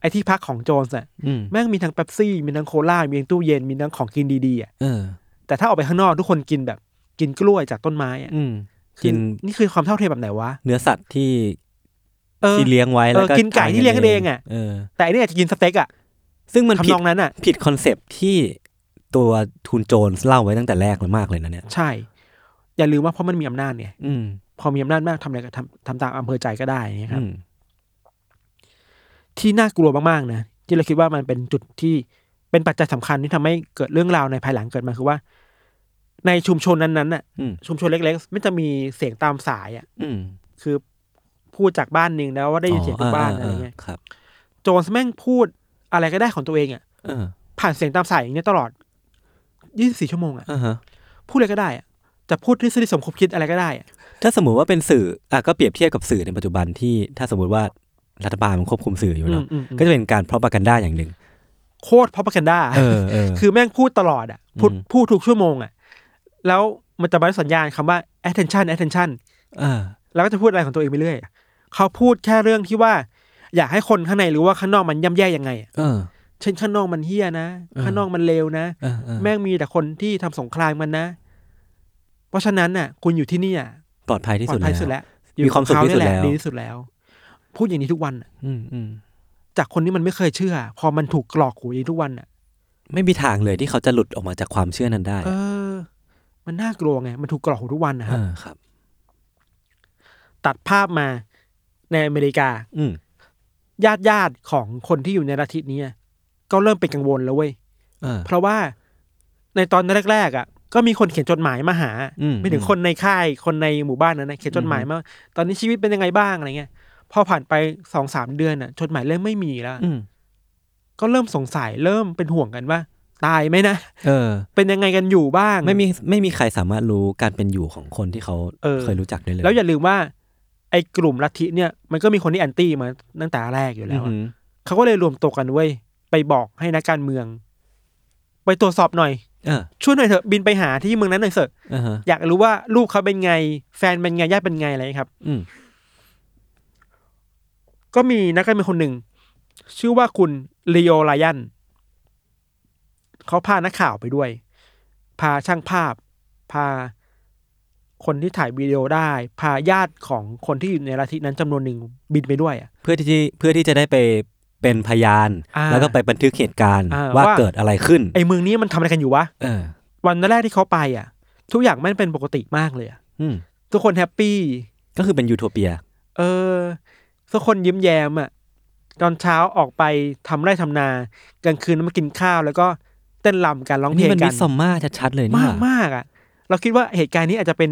C: ไอ้ที่พักของโจนส์อะ
B: อืม
C: แม่งมีทั้งเป๊ปซี่ มีทั้งโคลามีทั้งตู้เย็นมีทั้งของกินดีๆอะ
B: เออ
C: แต่ถ้าออกไปข้างนอกทุกคนกินแบบกินกล้วยจากต้นไม้อะ
B: อืม
C: คือ
B: กิน
C: นี่คือความเท่าเทียมแบบไหนวะ
B: เนื้อสัตว์ที่
C: เออ
B: ที่เลี้ยงไว้แล้วก็
C: เออกินไก่ที่เลี้ยงกันเองอะ
B: เออ
C: แต่อันนี้อาจจะกินสเต็กอะ
B: ซึ่งมันผิ
C: ทำ
B: ด
C: นองนั้นอะ
B: ผิดคอนเซปต์ที่ตัวทูนโจนส์เล่าไว้ตั้งแต่แรกเลยมากเลยนะเนี่ย
C: ใช่ อย่าลืมว่าเพราะมันมีอำนาจไง
B: อืม
C: พอมีอำนาจมากทำอะไรก็ทำทำตามอำเภอใจก็ได้อย่างเงี้ยครับ
B: อืม
C: ที่น่ากลัวมากๆนะที่เราคิดว่ามันเป็นจุดที่เป็นปัจจัยสำคัญที่ทำให้เกิดเรื่องราวในภายหลังเกิดมาคือว่า ในชุมชนนั้นๆน่ะ
B: อืม
C: ชุมชนเล็กๆมันจะมีเสียงตามสายอ่ะ
B: อืม
C: คือพูดจากบ้านหนึ่งแล้วว่าได้ยินเสียงทุกบ้านอะไรเงี้ย
B: ครับ
C: โจนส์แม่งพูดอะไรก็ได้ของตัวเองอ่ะ
B: เออ
C: ผ่านเสียงตามสายอย่างเงี้ยตลอด 24 ชั่วโมงอ่ะ
B: อ่าฮะ
C: พูดอะไรก็ได้อ่ะจะพูดทฤษฎีสมคบคิดอะไรก็ได้อ่ะ
B: ถ้าสมมุติว่าเป็นสื่ออ่ะก็เปรียบเทียบกับสื่อในปัจจุบันที่ถ้าสมมติว่ารัฐบาลมันควบคุมสื่ออยู่เนาะ
C: อืมอืม
B: ก็จะเป็นการพรอพากันด้าอย่างหนึ่ง
C: โคตรพอประกันด้า
B: เออเออ
C: คือแม่งพูดตลอดอ่ะพูด
B: อืม
C: พูดทุกชั่วโมงอ่ะ แล้วมันจะมาด้วยสัญญาณคำว่า attention attention
B: อ่า
C: แล้วก็จะพูดอะไรของตัวเองไปเรื่อยอะเขาพูดแค่เรื่องที่ว่า อยากให้คนข้างในรู้ว่าข้างนอกมันย่ำแย่ยังไงอะ
B: เออ
C: เช่นข้างนอกมันเฮี้ยนะ
B: เออ
C: ข้างนอกมันเลวนะ
B: เออเออ
C: แม่งมีแต่คนที่ทำสงครามมันนะ เพราะฉะนั้นน่ะ คุณอยู่ที่นี่อ่ะ
B: ปลอดภัยที่
C: ปลอ
B: สุ
C: ด
B: ด
C: ภัยที่สุด
B: แล้ว
C: แล้วอยู่
B: มีความสุขที่สุดแล้ว
C: กับเขาเนี่ยหะดีที่สุดแล้ว พูดอย่างนี้ทุกวันอะ
B: อืมอืม
C: จากคนที่มันไม่เคยเชื่อ พอมันถูกกรอกหูอย่างนี้ทุกวันอ่ะ
B: ไม่มีทางเลยที่เขาจะหลุดออกมาจากความเชื่อนั้นได้
C: เออ มันน่ากลัวไง มันถูกกรอกหูทุกวันนะค
B: เอ
C: รับ
B: อครับ
C: ตัดภาพมาในอเมริกา
B: อืม
C: ญาติญาติๆของคนที่อยู่ในลัทธินี้อะก็เริ่มเป็นกังวลแล้วเว้ย
B: เออ
C: เพราะว่าในตอนแรกๆอ่ะ ก็มีคนเขียนจดหมายมาหา
B: อืม
C: ไม่ถึง
B: อืม
C: คนในค่ายคนในหมู่บ้านนั้นนะเขียนจดหมาย
B: อืม
C: มาว่าตอนนี้ชีวิตเป็นยังไงบ้างอะไรเงี้ยพอผ่านไปสองสามเดือนอ่ะ จดหมายเริ่มไม่มีแล้ว
B: อืม
C: ก็เริ่มสงสัยเริ่มเป็นห่วงกันว่า ตายไหมนะ
B: เออ
C: เป็นยังไงกันอยู่บ้าง
B: ไม่มีไม่มีใครสามารถรู้การเป็นอยู่ของคนที่เขา
C: เออ
B: เคยรู้จักได้เลย
C: แล้วอย่าลืมว่า ไอ้กลุ่มลัทธิเนี่ยมันก็มีคนที่แอนตี้มาตั้งแต่แรกอยู่
B: อื
C: แล้
B: อ
C: วอะ
B: หือ
C: เขาก็เลยรวมตัวกันเว้ยไปบอกให้นักการเมือง ไปตรวจสอบหน่อย
B: เออ
C: ช่วยหน่อยเถอะบินไปหาที่เมืองนั้นหน่อยเถอะ
B: เออฮะ
C: อยากรู้ว่าลูกเขาเป็นไง แฟนเป็นไงญาติเป็นไงอะไรอย่างเงี้ยครับ
B: อืม
C: ก็มีนักการเมืองคนหนึ่ง ชื่อว่าคุณลีโอไลอันเขาพานักข่าวไปด้วย พาช่างภาพ พาคนที่ถ่ายวิดีโอได้ พาญาติของคนที่อยู่ในลัทธินั้นจำนวนหนึ่งบินไปด้วยอ่ะ
B: เพื่อที่เพื่อที่จะได้ไปเป็นพยาน
C: อ่า
B: แล้วก็ไปบันทึกเหตุการณ์
C: อ่า
B: ว่า
C: ว่า
B: เกิดอะไรขึ้น
C: ไอเมืองนี้มันทำอะไรกันอยู่วะ
B: เออ
C: วันแรกที่เขาไปอ่ะ ทุกอย่างมันเป็นปกติมากเลยอะ
B: อืม
C: ทุกคนแฮปปี้
B: ก็คือเป็นยูโทเปีย
C: เออทุกคนยิ้มแย้มอ่ะ ตอนเช้าออกไปทำไร่ทำนา กลางคืนมากินข้าวแล้วก็เต้นรำกันร้องเพล
B: นี่
C: ง
B: มัน
C: กั
B: มิ
C: น
B: สซอมมาชัดๆเลยนี่
C: มา
B: ห
C: ก
B: ว่าม
C: ากอ่ะ เราคิดว่าเหตุการณ์นี้อาจจะเป็น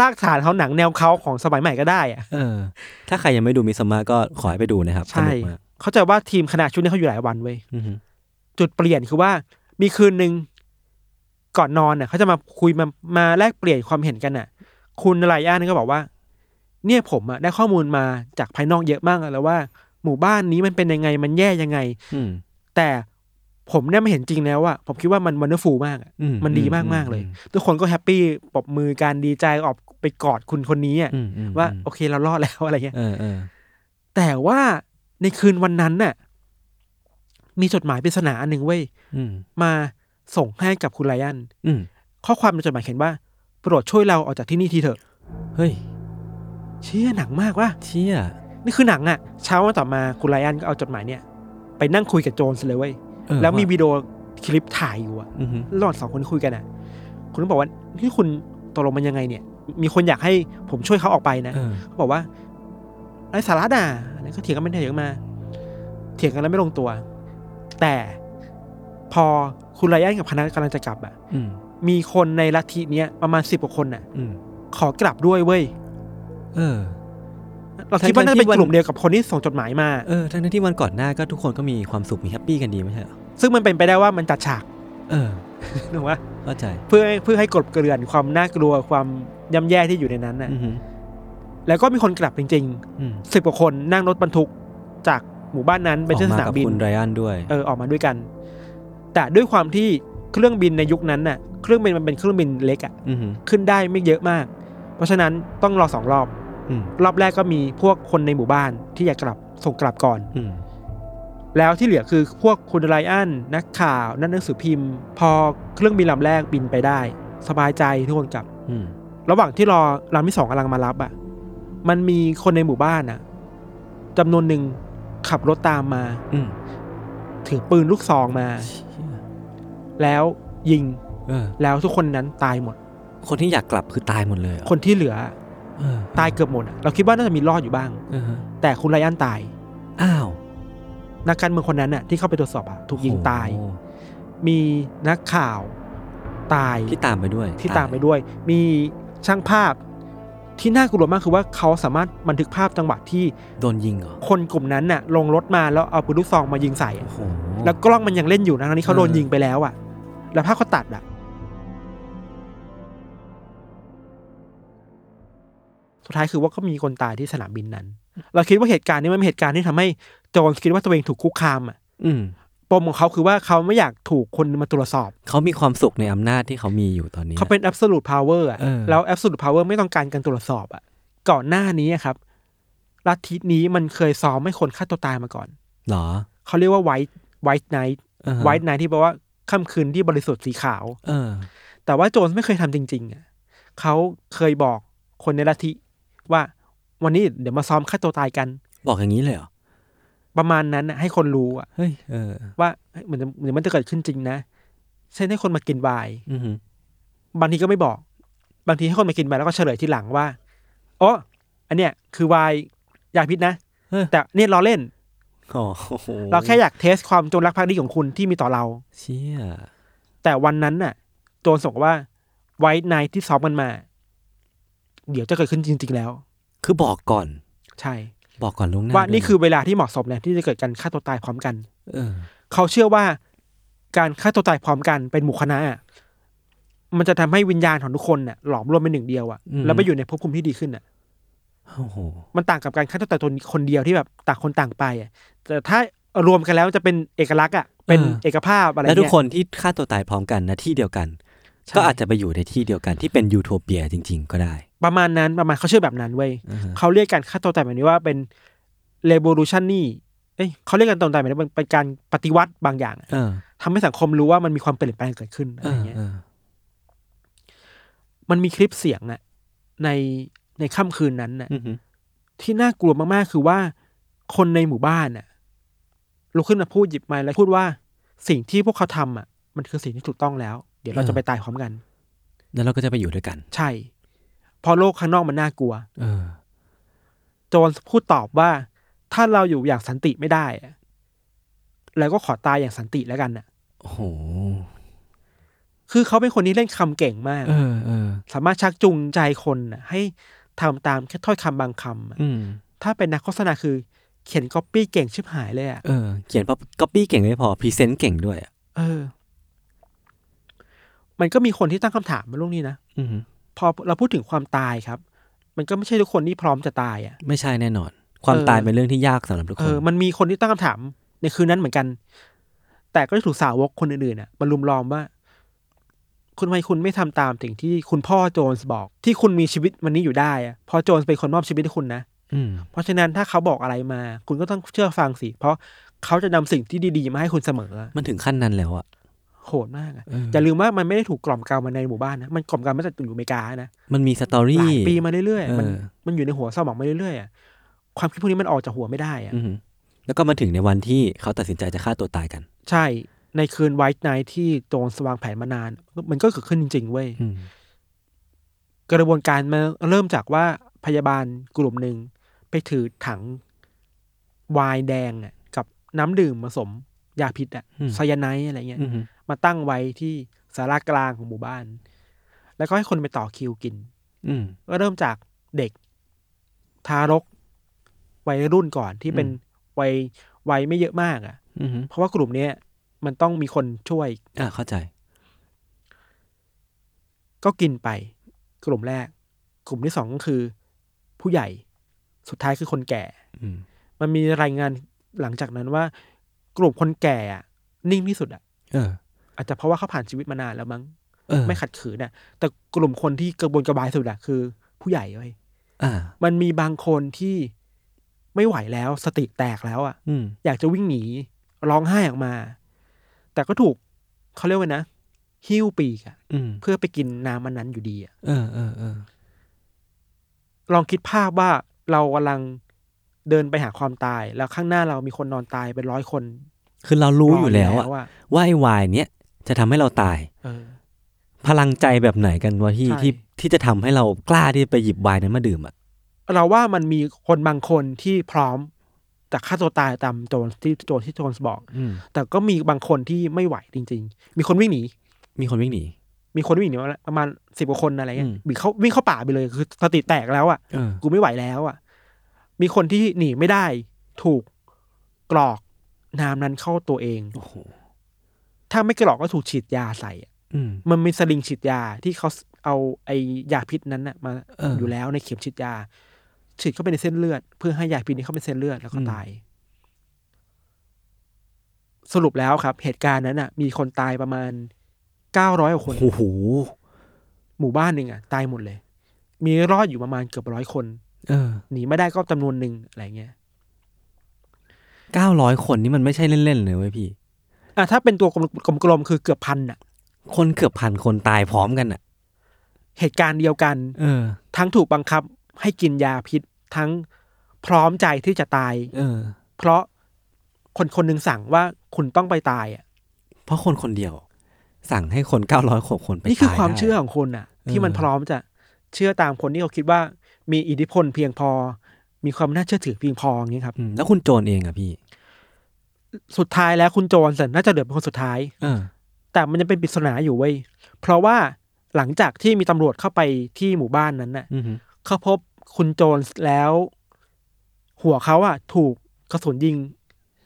C: รากฐานเขาหนังแนวเขาของสมัยใหม่ก็ได้อ่ะ
B: เออ ถ้าใครยังไม่ดูมิสซอมมาก็ขอให้ไปดูนะครับส
C: ใช่
B: นุกมาก
C: เข้าใจว่าทีมคณะชุดนี้เขาอยู่หลายวันเว้ย
B: อือหือ
C: จุดเปลี่ยนคือว่ามีคืนหนึ่งก่อนนอนอ่ะเขาจะมาคุยมามาแลกเปลี่ยนความเห็นกันอ่ะ คุณไลอ้านก็บอกว่า เนี่ยผมอะได้ข้อมูลมาจากภายนอกเยอะมากแล้วว่า หมู่บ้านนี้มันเป็นยังไงมันแย่ยังไง
B: อืม
C: แต่ผมได้มาเห็นจริงแล้วอะผมคิดว่ามันวันเดอร์ฟูลมากอะ
B: อืม
C: มันดีมากมาก
B: อืม
C: เลย ทุกคนก็แฮปปี้ปรบมือการดีใจออกไปกอดคุณคนนี้อะ
B: อืมอืม
C: ว่าโอเคเรารอดแล้วอะไรเงี้ย
B: เออเออ
C: แต่ว่าในคืนวันนั้นน่ะ มีจดหมายปริศนาอันหนึ่งเว้ย
B: อืม
C: มาส่งให้กับคุณไรอัน
B: อืม
C: ข้อความในจดหมายเขียนว่าโปรดช่วยเราออกจากที่นี่ทีเถอะ
B: เฮ้ย
C: เชี่ยหนังมากว่า
B: เชี่ย
C: นี่คือหนังอะ่ะ เช้าวันต่อมาคุณไรอันก็เอาจดหมายเนี่ย ไปนั่งคุยกับโจนส์เลยเว้ย
B: เออ
C: แล้วมี
B: ะ
C: วิดีโอคลิปถ่ายอยู่อะ
B: อืมฮึ
C: ระหว่างสองคนคุยกันอะ่ะ คุณก็บอกว่านี่คุณตกลงมันยังไงเนี่ย มีคนอยากให้ผมช่วยเขาออกไปนะ
B: เออ
C: เขาบอกว่าไอ้สาระด่าอันนั้นก็เถียงกันไม่ได้เถียงกันมา เถียงกันแล้วไม่ลงตัว แต่พอคุณไรอันกับคณะกำลังจะกลับอะ่ะ
B: อืม
C: มีคนในลัทธิเนี้ยประมาณสิบกว่าคนอ่ะ
B: อืม
C: ขอกลับด้วยเว้ย
B: เออ
C: เราคิดว่าน่าจะเป็น
B: ทั้งๆที่วัน
C: กลุ่มเดียวกับคนที่ส่งจดหมายมา
B: เออทั้งๆที่วันก่อนหน้าก็ทุกคนก็มีความสุขมีแฮปปี้กันดีไม่ใช่เหรอ
C: ซึ่งมันเป็นไปได้ว่ามันจัดฉาก
B: เออ
C: นึกว่า
B: เข้าใจ
C: เพื่อเพื่อให้กลบเกลื่อนความน่ากลัวความย่ำแย่ที่อยู่ในนั้นน่ะ
B: อืมฮึ
C: แล้วก็มีคนกลับจริง
B: อืม
C: ๆสิบกว่าคนนั่งรถบรรทุกจากหมู่บ้านนั้นไปที่สนามบิ
B: ออกกับ
C: น
B: คุณไรอันด้วย
C: เออออกมาด้วยกัน แต่ด้วยความที่เครื่องบินในยุคนั้นน่ะ เครื่องบินมันเป็นเครื่องบินเล็กอะ
B: อืมฮึ
C: ขึ้นได้ไม่เยอะมาก เพราะฉะนั้นต้องรอสองรอบ
B: อืม
C: รอบแรกก็มีพวกคนในหมู่บ้านที่อยากกลับส่งกลับก่อน
B: อืม
C: แล้วที่เหลือคือพวกคุณไรอันนักข่าวนักหนังสือพิมพ์ พอเครื่องบินลำแรกบินไปได้ สบายใจทุกคนกลับ
B: อืม
C: ระหว่างที่รอลำที่สองกำลังมารับอะ่ะ มันมีคนในหมู่บ้านอะ่ะจำนวนหนึ่งขับรถตามมา
B: อืม
C: ถือปืนลูกซองมา
B: เชี่ย
C: แล้วยิง
B: เออ
C: แล้วทุกคนนั้นตายหมด
B: คนที่อยากกลับคือตายหมดเลยเหรอ
C: คนที่เหลืออะ
B: เออ
C: ตายเกือบหมดอะเราคิดว่าน่าจะมีรอดอยู่บ้าง
B: เออฮะ
C: แต่คุณไรอันตาย
B: อ้าว
C: นักการเมืองคนนั้นน่ะที่เข้าไปตรวจสอบอะถูกยิงตาย
B: โอ้โห
C: มีนักข่าวตาย
B: ที่ตามไปด้วย
C: ที่ตามไปด้วย มีช่างภาพที่น่ากลัวมากคือว่าเขาสามารถบันทึกภาพจังหวะที่
B: โดนยิงเหรอ
C: คนกลุ่มนั้นน่ะ ลงรถมาแล้วเอาปืนลูกซองมายิงใส่
B: โอ้
C: อะ
B: โห
C: แล้วกล้องมันยังเล่นอยู่นะทั้งนี้เขา
B: เออ
C: โดนยิงไปแล้วอ่ะ แล้วภาพเขาตัดอ่ะสุดท้ายคือว่าก็มีคนตายที่สนามบินนั้น เราคิดว่าเหตุการณ์นี้มันเป็นเหตุการณ์ที่ทำให้โจนคิดว่าตัวเองถูกคุกคามอ่ะ
B: อืม
C: ปมของเขาคือว่าเขาไม่อยากถูกคนมาตรวจสอบ
B: เขามีความสุขในอำนาจที่เขามีอยู่ตอนนี้
C: เขาเป็น absolute power อ่ะ
B: เออ
C: แล้ว absolute power ไม่ต้องการการตรวจสอบอ่ะ ก่อนหน้านี้อะครับ ลัทธินี้มันเคยซ้อมให้คนฆ่าตัวตายมาก่อน
B: เหรอ
C: เขาเรียกว่า white white night
B: อ่าฮะ
C: white night ที่แปลว่าค่ำคืนที่บริสุทธิ์สีขาว
B: เออ
C: แต่ว่าโจนส์ไม่เคยทำจริง ๆอ่ะเขาเคยบอกคนในลัทธิว่าวันนี้เดี๋ยวมาซ้อมฆ่าตัวตายกัน
B: บอกอย่างนี้เลยเหรอ
C: ประมาณนั้นน่ะให้คนรู้อ่ะ
B: เฮ้ย เออ
C: ว่าเฮ้ยเหมือนจะเหมือนมันจะเกิดขึ้นจริงนะ เช่นให้คนมากินไวน์
B: อือหือบ
C: างทีก็ไม่บอก บางทีให้คนมากินไปแล้วก็เฉลยทีหลังว่าอ๋ออันเนี้ยคือวายยาพิษนะ
B: เฮ้ย
C: แต่เนี่ยเราเล่น
B: อ๋อโอ้โห
C: เราแค่อยากเทสความจงรักภักดีของคุณที่มีต่อเรา
B: เชี่ย
C: แต่วันนั้นน่ะ โจรส่งว่าไว้ในที่ซ้อมกันมา เดี๋ยวจะเกิดขึ้นจริง ๆ แล้ว
B: คือบอกก่อน
C: ใช่
B: บอกก่อนล่วงหน้า
C: ว่านี่
B: ด้วยะ
C: คือเวลาที่เหมาะสมแล้วที่จะเกิดการฆ่าตัวตายพร้อมกัน
B: เออ
C: เขาเชื่อว่าการฆ่าตัวตายพร้อมกันเป็นหมู่คณะอะมันจะทำให้วิญญาณของทุกคนน่ะหลอมรวมเป็นหนึ่งเดียวอะ
B: อืม
C: แล้วไปอยู่ในภพภูมิที่ดีขึ้นอะ
B: โอ้โห
C: มันต่างกับการฆ่าตัวตายตัวคนเดียวที่แบบต่างคนต่างไปอ่ะแต่ถ้ารวมกันแล้วจะเป็นเอกลักษณ์อ่ะเป็น
B: เออ
C: เอกภาพอะไร
B: และ
C: เงี้ย
B: ทุกคนที่ฆ่าตัวตายพร้อมกันนะที่เดียวกัน
C: ใช่
B: ก็อาจจะไปอยู่ในที่เดียวกันที่เป็นยูโทเปียจริง ๆ ก็ได้
C: ประมาณนั้นประมาณเขาเชื่อแบบนั้นเว้ย
B: อ่าฮะ
C: เขาเรียกการฆ่าตัวตายแบบนี้ว่าเป็น revolution นี่เอ้ยเขาเรียกกันตรงตายแบบนี้เป็นเป็นการปฏิวัติบางอย่างอะ
B: เออ
C: ทำให้สังคมรู้ว่ามันมีความเปลี่ยนแปลงเกิดขึ้นอะ
B: เอ
C: ไร
B: อ
C: เงี้ย
B: เออ
C: มันมีคลิปเสียงอ่ะในในค่ำคืนนั้นน่ะ
B: อือหือ
C: ที่น่ากลัวมากๆคือว่าคนในหมู่บ้านน่ะลุกขึ้นมาพูดหยิบไม้แล้วพูดว่าสิ่งที่พวกเขาทำอ่ะ มันคือสิ่งที่ถูกต้องแล้ว เดี๋ยวเราจะไปตายพร้อมกัน
B: แล้วเราก็จะไปอยู่ด้วยกัน
C: ใช่ เพอโลกข้างนอกมันน่ากลัว
B: เออ
C: โจนพูดตอบว่า ถ้าเราอยู่อย่างสันติไม่ได้อะแล้วก็ขอตายอย่างสันติแล้วกันน่ะ
B: โอ้โห
C: คือเขาเป็นคนที่เล่นคำเก่งมาก
B: เออเออ
C: สามารถชักจูงใจคนน่ะให้ทำตามแค่ถ้อยคำบางคำอะ
B: อืม
C: ถ้าเป็นนักโฆษณาคือเขียนก๊อปปี้เก่งชิบหายเลยอ่ะ
B: เออ เขียนก๊อปปี้เก่งไม่พอพรีเซนต์เก่งด้วยอ่ะ
C: เออ มันก็มีคนที่ตั้งคำถามมาเรื่องนี้นะ
B: อือหือ
C: พอเราพูดถึงความตายครับ มันก็ไม่ใช่ทุกคนที่พร้อมจะตายอ่ะ
B: ไม่ใช่แน่นอน ความ
C: เออ
B: ตายเป็นเรื่องที่ยากสำหรับทุก
C: เอ
B: คน
C: อมันมีคนที่ตั้งคำถามในคืนนั้นเหมือนกัน แต่ก็ถูกสาวกคนอื่นๆน่ะมาลุมล้อมว่า คุณทำไมคุณไม่ทำตามสิ่งที่คุณพ่อโจนส์บอก ที่คุณมีชีวิตวันนี้อยู่ได้อะเพอโจนส์เป็นคนมอบชีวิตให้คุณนะ
B: ม
C: เพราะฉะนั้นถ้าเขาบอกอะไรมา คุณก็ต้องเชื่อฟังสิ เพราะเขาจะนำสิ่งที่ดีๆมาให้คุณเสมอ
B: มันถึงขั้นนั้นแล้วอะ
C: โหดมากอะ
B: เออ
C: อย่าลืมว่ามันไม่ได้ถูกกล่อมเกลามาในหมู่บ้านนะ มันกล่อมเกลามาจากอยู่อเมริกานะ
B: มันมีสตอ
C: หลา
B: รี่
C: ยปีมาเรื่อยๆ มัน
B: เออ
C: มันอยู่ในหัวสมองมาเรื่อยๆอะความคิดพวกนี้มันออกจากหัวไม่ได้อะ
B: อือหือแล้วก็มาถึงในวันที่เขาตัดสินใจจะฆ่าตัวตายกัน
C: ใช่ ในคืนไวท์ไนท์ที่โจนสวางแผนมานาน มันก็เกิดขึ้นจริงๆเว้ย
B: อืม
C: กระบวนการมาเริ่มจากว่าพยาบาลกลุ่มหนึ่งไปถือถังไวน์แดงอะกับน้ำดื่มผสมยาพิษอะไซยาไนด์อะไรเงี้ย
B: อือหือ
C: มาตั้งไว้ที่สารากลางของหมู่บ้าน แล้วก็ให้คนไปต่อคิวกิน
B: อืม
C: ก็เริ่มจากเด็ก ทารก วัยรุ่นก่อนที่เป็น
B: อืม
C: วัยวัยไม่เยอะมากอะ่ะ
B: อือหือ
C: เพราะว่ากลุ่มเนี้ยมันต้องมีคนช่วย
B: อ่าเข้าใจ
C: ก็กินไป กลุ่มแรก กลุ่มที่สองก็คือ ผู้ใหญ่สุดท้ายคือคนแก่
B: อืม
C: มันมีรายงานหลังจากนั้นว่า กลุ่มคนแก่อะนิ่งที่สุดอะ่ะ
B: เออ
C: อาจจะเพราะว่าเขาผ่านชีวิตมานานแล้วมั้ง
B: เออ
C: ไม่ขัดขืนน่ะ แต่กลุ่มคนที่กระบวนกระบายสุดอะคือ ผู้ใหญ่เว้ย
B: อ่า
C: มันมีบางคนที่ไม่ไหวแล้วสติแตกแล้วอะ
B: อืม
C: อยากจะวิ่งหนีร้องไห้ออกมา แต่ก็ถูกเขาเรียกว่านะ หิ้วปีกอะ
B: อืม
C: เพื่อไปกินน้ำมันนั้นอยู่ดีอะ
B: เออเออเออ
C: ลองคิดภาพว่าเรากำลังเดินไปหาความตาย แล้วข้างหน้าเรามีคนนอนตายเป็นร้อยคน
B: คือเรารู้อยู่แล้ว
C: ร
B: อะ
C: อะ
B: ว่าไอ้วายเนี้ยจะทำให้เราตาย
C: เออ
B: พลังใจแบบไหนกันวะที่
C: ใช่
B: ที่ที่จะทำให้เรากล้าที่จะไปหยิบไวายนั้นมาดื่มอ่ะ
C: เราว่ามันมีคนบางคนที่พร้อมจะฆ่าตัวตายตามโจนที่โจนที่โจนบอก
B: อืม
C: แต่ก็มีบางคนที่ไม่ไหวจริง ๆ มีคนวิ่งหนี
B: มีคนวิ่งหนี
C: มีคนวิ่งหนีมาประมาณสิบกว่าคนอะไรเงี้ย
B: อืม
C: วิ่งเขาวิ่งเข้าป่าไปเลย คือสติแตกแล้วอ่ะ
B: เออ
C: กูไม่ไหวแล้วอ่ะ มีคนที่หนีไม่ได้ ถูกกรอกน้ำนั้นเข้าตัวเอง
B: โอ้โห
C: ถ้าไม่กรอกก็ถูกฉีดยาใส่อะ
B: อืม
C: มันมีสลิงฉีดยาที่เขาเอาไอยาพิษนั้นน่ะมา
B: เอออ
C: อยู่แล้วในเข็มฉีดยา ฉีดเข้าไปในเส้นเลือด เพื่อให้ยาพิษนี้เข้าไปเส้นเลือดแล้วก็ตาย สรุปแล้วครับ เหตุการณ์นั้นน่ะ มีคนตายประมาณเก้าร้อยกว่าคน
B: โอ้โห
C: หมู่บ้านหนึ่งอ่ะตายหมดเลย มีรอดอยู่ประมาณเกือบร้อยคน
B: เออ
C: หนีไม่ได้ก็จำนวนหนึ่งอะไรเงี้ย
B: เก้าร้อยคนนี่มันไม่ใช่เล่นๆเลยเว้ยพี่
C: อ่ะถ้าเป็นตัวกลมกลมๆคือเกือบพันอ่ะ
B: คนเกือบพันคนตายพร้อมกันอ่ะ
C: เหตุการณ์เดียวกัน
B: เออ
C: ทั้งถูกบังคับให้กินยาพิษ ทั้งพร้อมใจที่จะตาย
B: เออ
C: เพราะคนคนหนึ่งสั่งว่าคุณต้องไปตายอ่ะ
B: เพราะคนคนเดียว สั่งให้คนเก้าร้อยกว่าคนไป
C: นี่คือ
B: ตย
C: ความ
B: ได้
C: เชื่อของคนอ่ะ ที่
B: เออ
C: มันพร้อมจะเชื่อตามคนที่เขาคิดว่า มีอิทธิพลเพียงพอ มีความน่าเชื่อถือเพียงพออย่างเงี้ยครับ
B: อืมแล้วคุณโจรเองอ่ะพี่
C: สุดท้ายแล้วคุณโจนสันน่าจะเหลือเป็นคนสุดท้าย
B: เออ
C: แต่มันยังเป็นปริศนาอยู่เว้ย เพราะว่าหลังจากที่มีตำรวจเข้าไปที่หมู่บ้านนั้นน่ะ
B: อือหือ
C: เขาพบคุณโจนส์แล้ว หัวเขาอะถูกกระสุนยิง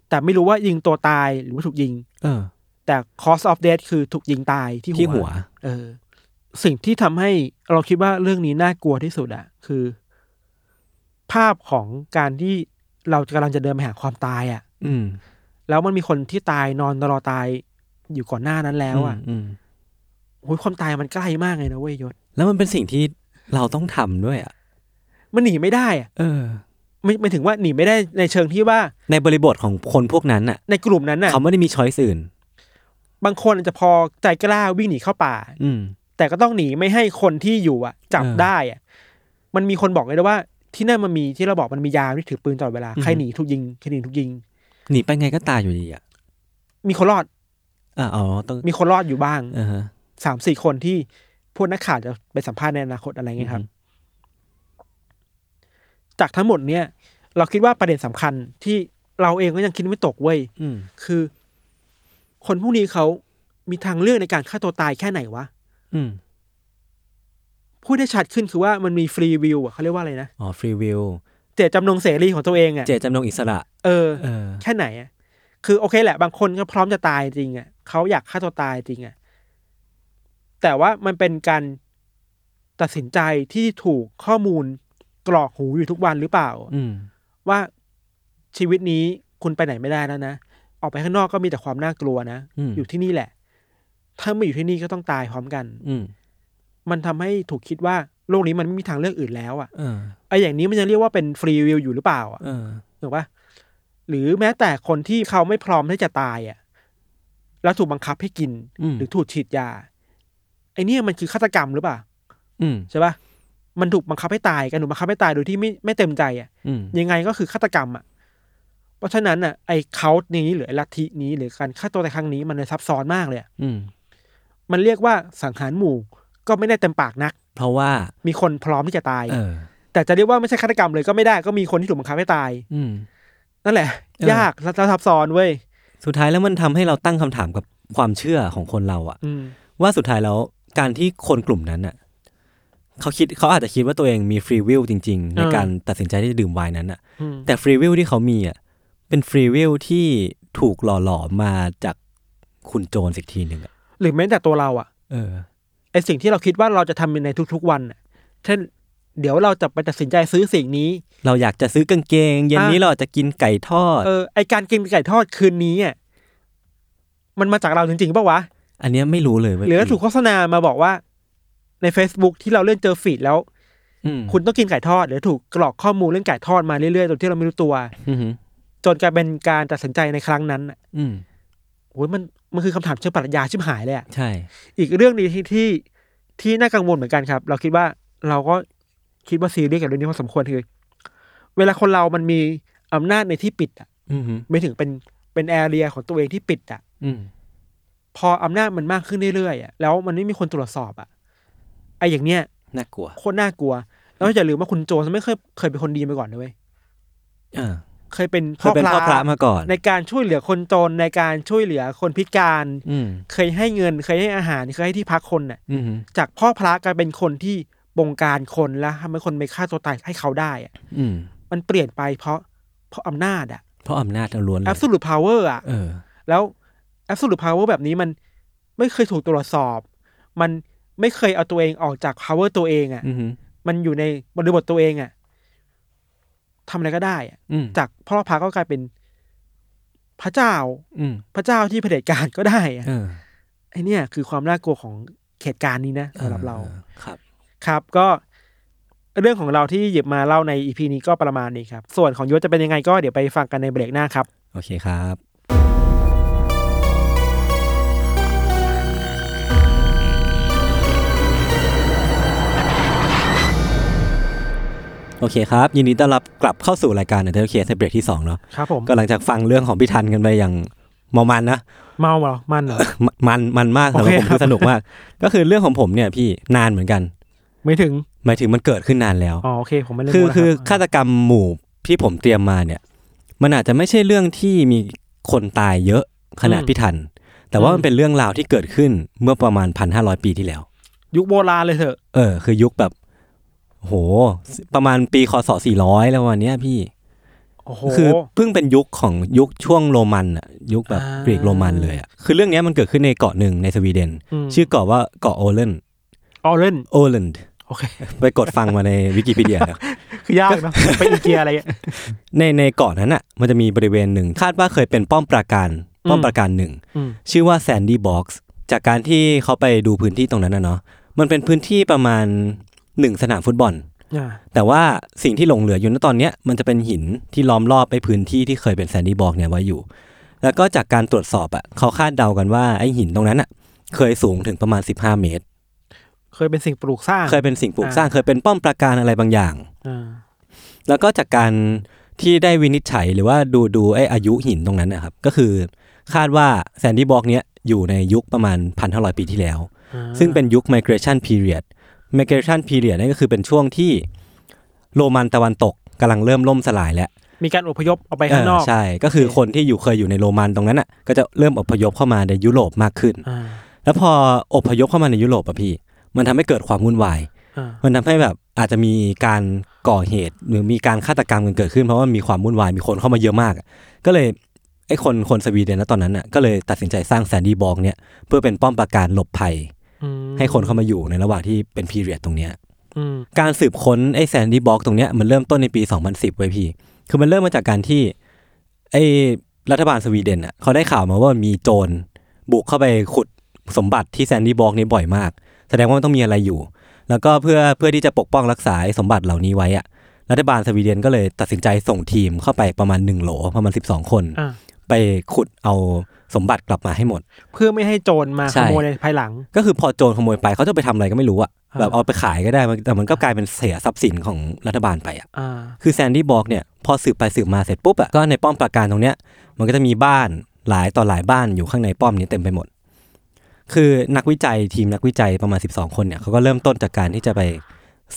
C: แต่ไม่รู้ว่ายิงตัวตายหรือว่าถูกยิง
B: เออ
C: แต่ cause of death คือถูกยิงตายที่หัว
B: ที่หัว
C: เออ สิ่งที่ทำให้เราคิดว่าเรื่องนี้น่ากลัวที่สุดอะคือ ภาพของการที่เรากำลังจะเดินไปหาความตายอะ
B: อืม
C: แล้วมันมีคนที่ตายนอนรอตายอยู่ก่อนหน้านั้นแล้วอะ
B: อืมม
C: โอ้ยความตายมันใกล้มากเลยนะเว้ยยศ
B: แล้วมันเป็นสิ่งที่เราต้องทำด้วยอ่ะ
C: มันหนีไม่ได้อะ
B: เออ
C: ไม่ไม่ถึงว่าหนีไม่ได้ในเชิงที่ว่า
B: ในบริบทของคนพวกนั้นอ่ะ
C: ในกลุ่มนั้นน่ะ
B: เขาไม่ได้มีช้อยสื่น
C: บางคนอาจจะพอใจกล้าวิ่งหนีเข้าป่า
B: อืม
C: แต่ก็ต้องหนีไม่ให้คนที่อยู่อ่ะ จับ
B: เออ
C: ได้อ่ะ มันมีคนบอกเลยนะว่า ที่นั่นมันมีที่เราบอกมันมียามที่ถือปืนตลอดเวลา
B: อือฮึ
C: ใครหนีถูกยิงใครหนีถูกยิง
B: หนีไปไงก็ตายอยู่ดีอ่ะ
C: มีคนรอด
B: อ่าอ๋อต้อง
C: มีคนรอดอยู่บ้าง
B: เออฮะ
C: สามสี่คนที่พวกนักข่าวจะไปสัมภาษณ์ในอนาคตอะไรเงี้ยครับ จากทั้งหมดเนี่ย เราคิดว่าประเด็นสำคัญที่เราเองก็ยังคิดไม่ตกเว้ย
B: อืม
C: คือคนพวกนี้เขามีทางเลือกในการฆ่าตัวตายแค่ไหนวะ
B: อืม
C: พูดได้ชัดขึ้นคือว่ามันมีฟรีวิวอะเขาเรียกว่าอะไรนะ
B: อ๋อ ฟรีวิว
C: เจตจำนงเสรีของตัวเองอะ
B: เจตจำนงอิสระ
C: เออ
B: เออ
C: แค่ไหนอะคือโอเคแหละ บางคนก็พร้อมจะตายจริงอะเขาอยากฆ่าตัวตายจริงอะแต่ว่ามันเป็นการตัดสินใจที่ถูกข้อมูล กรอกหูอยู่ทุกวันหรือเปล่า
B: อืม
C: ว่าชีวิตนี้คุณไปไหนไม่ได้แล้วนะ ออกไปข้างนอกก็มีแต่ความน่ากลัวนะ
B: อืม
C: อยู่ที่นี่แหละ ถ้าไม่อยู่ที่นี่ก็ต้องตายพร้อมกัน
B: อืม
C: มันทำให้ถูกคิดว่าโลกนี้มันไม่มีทางเลือกอื่นแล้วอะ
B: เออ
C: ไออย่างนี้มันยังเรียกว่าเป็นฟรีวิลอยู่หรือเปล่าอะ
B: เออ
C: ถูกปะหรือแม้แต่คนที่เขาไม่พร้อมที่จะตายอะแล้วถูกบังคับให้กิน
B: อืม
C: หรือถูกฉีดยาไอเนี่ยมันคือฆาตกรรมหรือเปล่า
B: อืม
C: ใช่ปะมันถูกบังคับให้ตายกันถูกบังคับให้ตายโดยที่ไม่ไม่เต็มใจอะ
B: อืม
C: ยังไงก็คือฆาตกรรมอ่ะ เพราะฉะนั้นอ่ะไอ้เคาท์นี้หรือไอ้ลัทธินี้หรือการฆ่าตัวตายครั้งนี้มันเลยซับซ้อนมากเลยอะ
B: อืม
C: มันเรียกว่าสังหารหมู่ก็ไม่ได้เต็มปากนัก
B: เพราะว่า
C: มีคนพร้อมที่จะตาย
B: เออ
C: แต่จะเรียกว่าไม่ใช่ฆาตกรรมเลยก็ไม่ได้ก็มีคนที่ถูกบังคับให้ตาย
B: อืม
C: นั่นแหละ
B: เออ
C: ยากและซับซ้อนเว้ย
B: สุดท้ายแล้วมันทำให้เราตั้งคำถามกับความเชื่อของคนเราอะ
C: อืม
B: ว่าสุดท้ายแล้วการที่คนกลุ่มนั้นน่ะเขาคิดเขาอาจจะคิดว่าตัวเองมีฟรีวิลจริง ๆ ใน
C: เออ
B: การตัดสินใจที่จะดื่มไวน์นั้นน่ะ
C: อืม
B: แต่ฟรีวิลที่เขามีอ่ะเป็นฟรีวิลที่ถูกหล่อหลอมมาจากคุณโจนสักทีหนึ่งอ่ะ
C: หรือแม้แต่ตัวเราอ่ะ
B: เออ
C: ไอ้สิ่งที่เราคิดว่าเราจะทำในทุกๆวันอะเช่น เดี๋ยวเราจะไปตัดสินใจซื้อสิ่งนี้
B: เราอยากจะซื้อกางเกง เย็นนี้เราอาจจะกินไก่ทอด
C: เออไอการกินไก่ทอดคืนนี้อ่ะมันมาจากเราจริงๆปะวะ
B: อันเนี้ยไม่รู้เลยเว้ย
C: หรือถูกโฆษณามาบอกว่า ใน Facebook ที่เราเลื่อนเจอฟีดแล้ว
B: อืม
C: คุณต้องกินไก่ทอด หรือถูกกรอกข้อมูลเรื่องไก่ทอดมาเรื่อยๆจนที่เราไม่รู้ตัว
B: อืม
C: จนกลายเป็นการตัดสินใจในครั้งนั้นน่ะ
B: อืม
C: โอ้ยมันมันคือคำถามเชิงปรัชญาชิบหายเลยอะ
B: ใช่
C: อีกเรื่องหนึงที่ที่ที่น่ากังวลเหมือนกันครับ เราคิดว่าเราก็คิดว่าซีเรียสกับเรื่องนี้พอสมควรคือ เวลาคนเรามันมีอำนาจในที่ปิดอะ
B: อืม
C: ไม่ถึงเป็นเป็นแอเรียของตัวเองที่ปิดอะ
B: อืม
C: พออำนาจมันมากขึ้นเรื่อยๆอะแล้วมันไม่มีคนตรวจสอบอะไออย่างเนี้ย
B: น่ากลัว
C: โคตรน่ากลัว แล้วอย่าลืมว่าคุณโจนไม่เคยเคยเป็นคนดีมาก่อนนะเว้ย
B: อ่า
C: เคยเป็น
B: เคยเป็นพ่อพระมาก่อน
C: ในการช่วยเหลือคนจนในการช่วยเหลือคนพิการ
B: อืม
C: เคยให้เงิน เคยให้อาหาร เคยให้ที่พักคนน่ะ
B: อืม
C: จากพ่อพระกลายเป็นคนที่บงการคนแล้วทำให้คนไปฆ่าตัวตายให้เขาได้อะ
B: อืม
C: มันเปลี่ยนไปเพราะเพราะอำนาจอะ
B: เพราะอำนาจล้วนๆเลย
C: absolute power อะ
B: เออ
C: แล้ว absolute power แบบนี้มันไม่เคยถูกตรวจสอบ มันไม่เคยเอาตัวเองออกจาก power ตัวเองอะ
B: อืม
C: มันอยู่ในบริบทตัวเองอะทำอะไรก็ได้อะ
B: อืม
C: จากพ่อพระก็กลายเป็นพระเจ้า
B: อืม
C: พระเจ้าที่เผด็จการก็ได้อะ
B: เออ
C: ไอเนี่ยคือความน่ากลัวของเหตุการณ์นี้นะสำหรับเรา
B: ครับ
C: ครับ ก็เรื่องของเราที่หยิบมาเล่าในอีพีนี้ก็ประมาณนี้ครับ ส่วนของยศจะเป็นยังไงก็เดี๋ยวไปฟังกันในเบรกหน้าครับ
B: โอเคครับ โอเคครับ ยินดีต้อนรับกลับเข้าสู่รายการเดลเคสในเบรกที่2เนาะ
C: ครับผม
B: ก็หลังจากฟังเรื่องของพี่ทันกันไปอย่างเมามันนะ
C: เมาเหรอมันเหรอ
B: มมันมันมากสำหรับผม
C: โอเคครับ
B: คือสนุกมาก ก็คือเรื่องของผมเนี่ยพี่นานเหมือนกัน
C: ไม่ถึง
B: หมายถึงมันเกิดขึ้นนานแล้ว
C: อ๋อโอเค ผมไม่เล่น
B: คือ
C: มุกแล้ว
B: คือ
C: รับ
B: ฆาตกรรมหมู่ที่ผมเตรียมมาเนี่ย มันอาจจะไม่ใช่เรื่องที่มีคนตายเยอะขนาดพิทัน แต่ว่ามันเป็นเรื่องราวที่เกิดขึ้นเมื่อประมาณพันห้าร้อยปีที่แล้ว
C: ยุคโบราณเลยเถอะ
B: เออ คือยุคแบบโหประมาณปีคศสี่ร้อยแล้ววันเนี้ยพี่
C: โอ้โห
B: คือเพิ่งเป็นยุคของยุคช่วงโรมันอะยุคแบบ
C: อ่าก
B: รีกโรมันเลยอะคือเรื่องเนี้ยมันเกิดขึ้นในเกาะหนึ่งในสวีเดน
C: อืม
B: ชื่อเกาะว่าเกาะโอเลน
C: ออเรน
B: โอเลน
C: โอเค
B: ไปกดฟังมาในวิกิพีเดียนะ
C: คือยากเนอะไปอีเกียอะไรอะ
B: ในในเกาะนั้นอ่ะมันจะมีบริเวณหนึ่งคาดว่าเคยเป็นป้อมปราการป้อม
C: อืม
B: ปราการหนึ่ง
C: อืม
B: ชื่อว่าแซนดี้บ็อกซ์จากการที่เขาไปดูพื้นที่ตรงนั้นนะเนาะมันเป็นพื้นที่ประมาณหนึ่งสนามฟุตบอล
C: อ่า
B: แต่ว่าสิ่งที่หลงเหลืออยู่ณตอนเนี้ยมันจะเป็นหินที่ล้อมรอบไปพื้นที่ที่เคยเป็นแซนดี้บ็อกซ์เนี่ยไว้อยู่ แล้วก็จากการตรวจสอบอ่ะเขาคาดเดากันว่าไอ้หินตรงนั้นอ่ะเคยสูงถึงประมาณ 15 เมตร
C: เคยเป็นสิ่งปลูกสร้าง
B: เคยเป็นสิ่งปลูกสร้างเคยเป็นป้อมปราการอะไรบางอย่าง
C: อ่า
B: แล้วก็จากการที่ได้วินิจฉัยหรือว่าดูดูไออายุหินตรงนั้นนะครับ ก็คือคาดว่าแซนดี้บ็อกเนี้ยอยู่ในยุคประมาณ 1,500 ปีที่แล้ว
C: อ่า
B: ซึ่งเป็นยุค migration period migration period นั่นก็คือเป็นช่วงที่โรมันตะวันตกกำลังเริ่มล่มสลายแล้ว
C: มีการอพยพออกไปข้างนอก
B: เใช่ ก็คือคนที่อยู่เคยอยู่ในโรมันตรงนั้นอ่ะก็จะเริ่มอพยพเข้ามาในยุโรปมากขึ้น
C: อ่า
B: แล้วพออพยพเข้ามาในยุโรปอะพี่ มันทำให้เกิดความวุ่นวาย
C: อ่า
B: มันทำให้แบบอาจจะมีการก่อเหตุหรือมีการฆาตกรรมกันเกิดขึ้นเพราะว่ามีความวุ่นวายมีคนเข้ามาเยอะมากอะก็เลยไอ้คนคนสวีเดนนะตอนนั้นน่ะก็เลยตัดสินใจสร้างแซนดี้บอกเนี่ยเพื่อเป็นป้อมปราการหลบภัย
C: อืม
B: ให้คนเข้ามาอยู่ในระหว่างที่เป็นพีเรียดตรงเนี้ย
C: อืม
B: การสืบค้นไอ้แซนดี้บ็อกตรงเนี้ยมันเริ่มต้นในปี 2010 ไว้ยพี่ คือมันเริ่มมาจากการที่ไอ้รัฐบาลสวีเดนอ่ะเขาได้ข่าวมาว่ามีโจรบุกเข้าไปขุดสมบัติที่แซนดี้บ็อกนี้บ่อยมาก แสดงว่ามันต้องมีอะไรอยู่ แล้วก็เพื่อเพื่อที่จะปกป้องรักษาไอ้สมบัติเหล่านี้ไว้อ่ะ รัฐบาลสวีเดนก็เลยตัดสินใจส่งทีมเข้าไปประมาณหนึ่งโหลประมาณสิบสองคน
C: อ่า
B: ไปขุดเอาสมบัติกลับมาให้หมด
C: เพื่อไม่ให้โจรมาข
B: ใช่
C: โมยในภายหลัง
B: ก็คือพอโจรขโมยไปเขาจะไปทำอะไรก็ไม่รู้อะ
C: อ่า
B: แบบเอาไปขายก็ได้มันแต่มันก็กลายเป็นเสียทรัพย์สินของรัฐบาลไปอะ
C: อ่า
B: คือแซนดี้บอกเนี่ยพอสืบไปสืบมาเสร็จปุ๊บอะก็ในป้อมปราการตรงเนี้ย มันก็จะมีบ้านหลายต่อหลายบ้านอยู่ข้างในป้อมนี้เต็มไปหมด คือนักวิจัยทีมนักวิจัยประมาณ 12 คนเนี่ยเขาก็เริ่มต้นจากการที่จะไป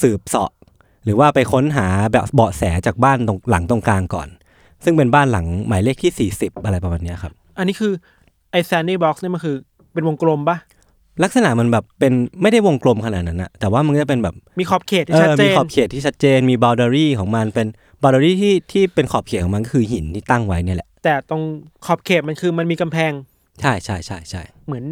B: สืบเสาะ หรือว่าไปค้นหาแบบเบาะแสจากบ้านตรงหลังตรงกลางก่อน ซึ่งเป็นบ้านหลังหมายเลขที่ 40 อะไรประมาณเนี้ยครับ
C: อันนี้คือไอแซนดี้บ็อกซ์เนี่ยมันคือ เป็นวงกลมปะ
B: ลักษณะมันแบบเป็นไม่ได้วงกลมขนาดนั้นอะแต่ว่ามันก็จะเป็นแบบ
C: มีขอบเขตที่
B: เอ
C: ชัด
B: อ
C: เจ
B: มี
C: น
B: ขอบเขตที่ชัดเจน มีบาวดารีของมันเป็นบาวดารีที่ที่เป็นขอบเขตของมันก็คือหินที่ตั้งไว้เนี่ยแหละ
C: แต่ตรงขอบเขตมันคือมันมีกำแพง
B: ใช่ใช่ใช่ใช่
C: เหมือน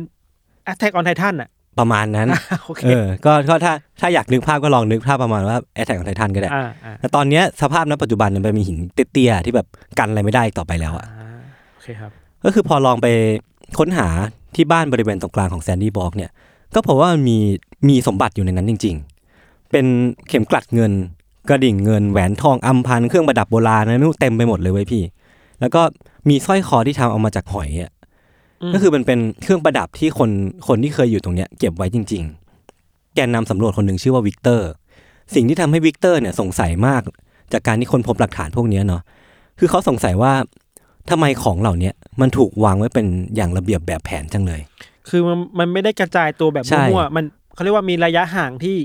C: Attack on Titan อ่ะ
B: ประมาณนั้น
C: โอเค
B: เออ ก็ก็ถ้าถ้าอยากนึกภาพก็ลองนึกภาพประมาณว่าแอตแทกของไททันก็ได้
C: อ่าอ่า
B: แต่ตอนเนี้ยสภาพณปัจจุบันมันมีหินเตี้ยๆที่แบบกันอะไรไม่ได้อีกต่อไปแล้วอะ
C: อ่าโอเคครับ
B: ก็คือพอลองไปค้นหาที่บ้านบริเวณตรงกลางของแซนดี้บอกเนี่ยก็พบว่ามีมีสมบัติอยู่ในนั้นจริง ๆ เป็นเข็มกลัดเงิน กระดิ่งเงินแหวนทองอัมพันเครื่องประดับโบราณนะนู่นเต็มไปหมดเลยเว้ยพี่ แล้วก็มีสร้อยคอที่ทำเอามาจากหอยอ่ะ
C: อืม
B: ก็คือมันเป็นเครื่องประดับที่คนคนที่เคยอยู่ตรงเนี้ยเก็บไว้จริง ๆ แกนนำสำรวจคนหนึ่งชื่อว่าวิกเตอร์ สิ่งที่ทำให้วิกเตอร์เนี่ยสงสัยมาก จากการที่คนพบหลักฐานพวกเนี้ยเนาะคือเขาสงสัยว่า ทำไมของเหล่าเนี้ยมันถูกวางไว้เป็นอย่างระเบียบแบบแผนจังเลย
C: คือมันมันไม่ได้กระจายตัวแบบ
B: ใช่
C: มั่วๆมันเขาเรียกว่ามีระยะห่างที่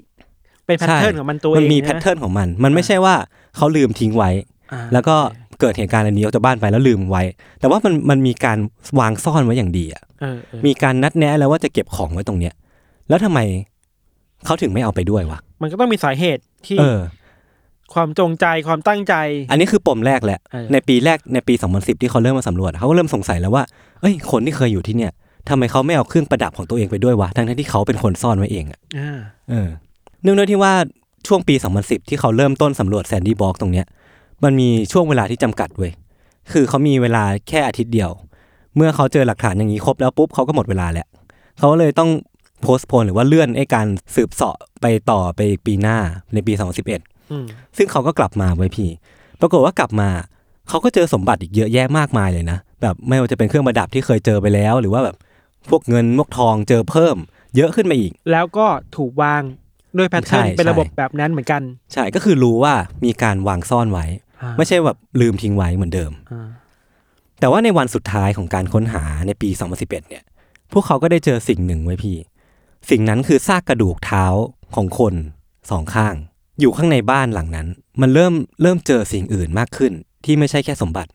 C: เป็นแพทเทิร์นของมันตัวเอง
B: มันมี
C: ะ
B: แพทเทิร์นของมัน มันไม่ใช่ว่าเขาลืมทิ้งไว้
C: อ่า
B: แล้วก็เกิดเหตุการณ์อันนี้ออกจากบ้านไปแล้วลืมไว้ แต่ว่ามันมันมีการวางซ่อนไว้อย่างดีอะ
C: เออเออ
B: มีการนัดแนะแล้วว่าจะเก็บของไว้ตรงเนี้ย แล้วทำไมเขาถึงไม่เอาไปด้วยวะ
C: มันก็ต้องมีสาเหตุที่
B: เออ
C: ความจงใจความตั้งใจ
B: อันนี้คือปมแรกแหละ
C: เออ
B: ในปีแรกในปี 2010 ที่เขาเริ่มมาสำรวจเขาก็เริ่มสงสัยแล้วว่าเอ้ยคนที่เคยอยู่ที่เนี่ยทำไมเขาไม่เอาเครื่องประดับของตัวเองไปด้วยวะทั้งๆที่เขาเป็นคนซ่อนไว้เองอะ
C: อ่า
B: เออเนื่องด้วยที่ว่าช่วงปี 2010 ที่เขาเริ่มต้นสำรวจแซนดี้บ็อกตรงเนี้ย มันมีช่วงเวลาที่จำกัดเว้ย คือเขามีเวลาแค่อาทิตย์เดียว เมื่อเขาเจอหลักฐานอย่างนี้ครบแล้วปุ๊บเขาก็หมดเวลาแล้ว เขาเลยต้องโพสต์โพนหรือว่าเลื่อนไอ้การสืบเสาะไปต่อไปอีกปีหน้าในปี 2011
C: อืม
B: ซึ่งเขาก็กลับมาไว้ยพี่ ปรากฏว่ากลับมา เขาก็เจอสมบัติอีกเยอะแยะมากมายเลยนะ แบบไม่ว่าจะเป็นเครื่องประดับที่เคยเจอไปแล้ว หรือว่าแบบพวกเงินพวกทองเจอเพิ่ม เยอะขึ้นมาอีก
C: แล้วก็ถูกวางด้วยแพทเทิร์น
B: ใช่
C: เป็นระบบ
B: ใช่
C: แบบนั้นเหมือนกัน
B: ใช่ ก็คือรู้ว่ามีการวางซ่อนไว้
C: อ่า
B: ไม่ใช่แบบลืมทิ้งไว้เหมือนเดิม
C: อ่า
B: แต่ว่าในวันสุดท้ายของการค้นหาในปี 2011 เนี่ย พวกเขาก็ได้เจอสิ่งหนึ่งไว้พี่ สิ่งนั้นคือซากกระดูกเท้าของคนสองข้าง อยู่ข้างในบ้านหลังนั้น มันเริ่มเริ่มเจอสิ่งอื่นมากขึ้น ที่ไม่ใช่แค่สมบัติ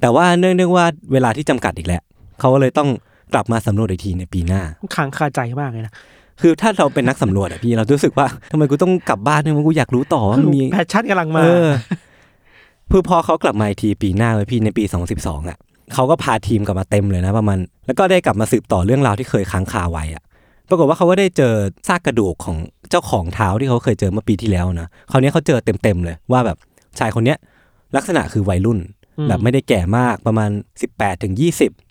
B: แต่ว่าเนื่องด้วยว่าเวลาที่จำกัดอีกแล้วเขาก็เลยต้องกลับมาสำรวจอีกทีในปีหน้า
C: ค้างคาใจมากเลยนะ
B: คือถ้าเราเป็นนักสำรวจอะพี่เรารู้สึกว่าทำไมกูต้องกลับบ้านเนี่ยมันกูอยากรู้ต่อว่ามันมี
C: แพชชั่นกำลังมา
B: เออพื่อพอเขากลับมาอีกทีปีหน้าไว้ยพี่ในปี 2012 อ่ะ เขาก็พาทีมกลับมาเต็มเลยนะประมาณ แล้วก็ได้กลับมาสืบต่อเรื่องราวที่เคยค้างคาไว้อ่ะ ปรากฏว่าเขาก็ได้เจอซากกระดูกของเจ้าของเท้าที่เขาเคยเจอเมื่อปีที่แล้วนะ คราวนี้เขาเจอเต็มๆเลยว่าแบบชายคนเนี้ยลักษณะคือวัยรุ่น
C: อืม
B: แบบไม่ได้แก่มากประมาณ 18ถึง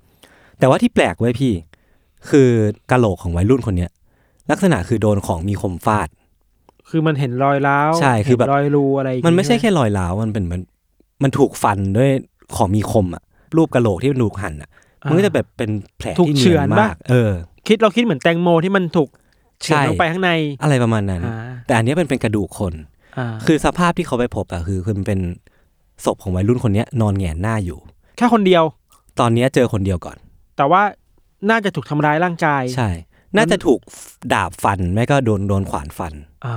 B: 20 แต่ว่าที่แปลกไว้ยพี่ คือกะโหลกของวัยรุ่นคนเนี้ยลักษณะคือโดนของมีคมฟาด
C: คือมันเห็นรอยร้าว
B: ใช่คือแบบ
C: เห็นรอยรูอะไรอย่าง
B: มัน
C: งี้
B: ไม่ใช่
C: ห
B: แค่รอยร้าว มันเป็นเหมันมันถูกฟันด้วยของมีคมอะรูปกระโหลกที่มันถูกหั่นอะ
C: อ่า
B: มันก็จะแบบเป็นแผล
C: ถูก
B: ที่
C: เฉื
B: เนี
C: อย น
B: น
C: ปะ
B: มาก เออ
C: คิดเราคิดเหมือนแตงโมที่มันถูกเฉือน
B: ใช่
C: ลงไปข้างใน
B: อะไรประมาณนั้น
C: อ่า
B: แต่อันเนี้ยมันเป็นกระดูกคน
C: อ่า
B: คือสภาพที่เขาไปพบอะคือคือมันเป็นศพของวัยรุ่นคนเนี้ยนอนแหงนหน้าอยู่
C: แค่คนเดียว
B: ตอนเนี้ยเจอคนเดียวก่อน
C: แต่ว่าน่าจะถูกทำร้ายร่างกาย
B: ใช่ น่าจะถูกดาบฟันไม่ก็โดนโดนขวานฟัน
C: อ่า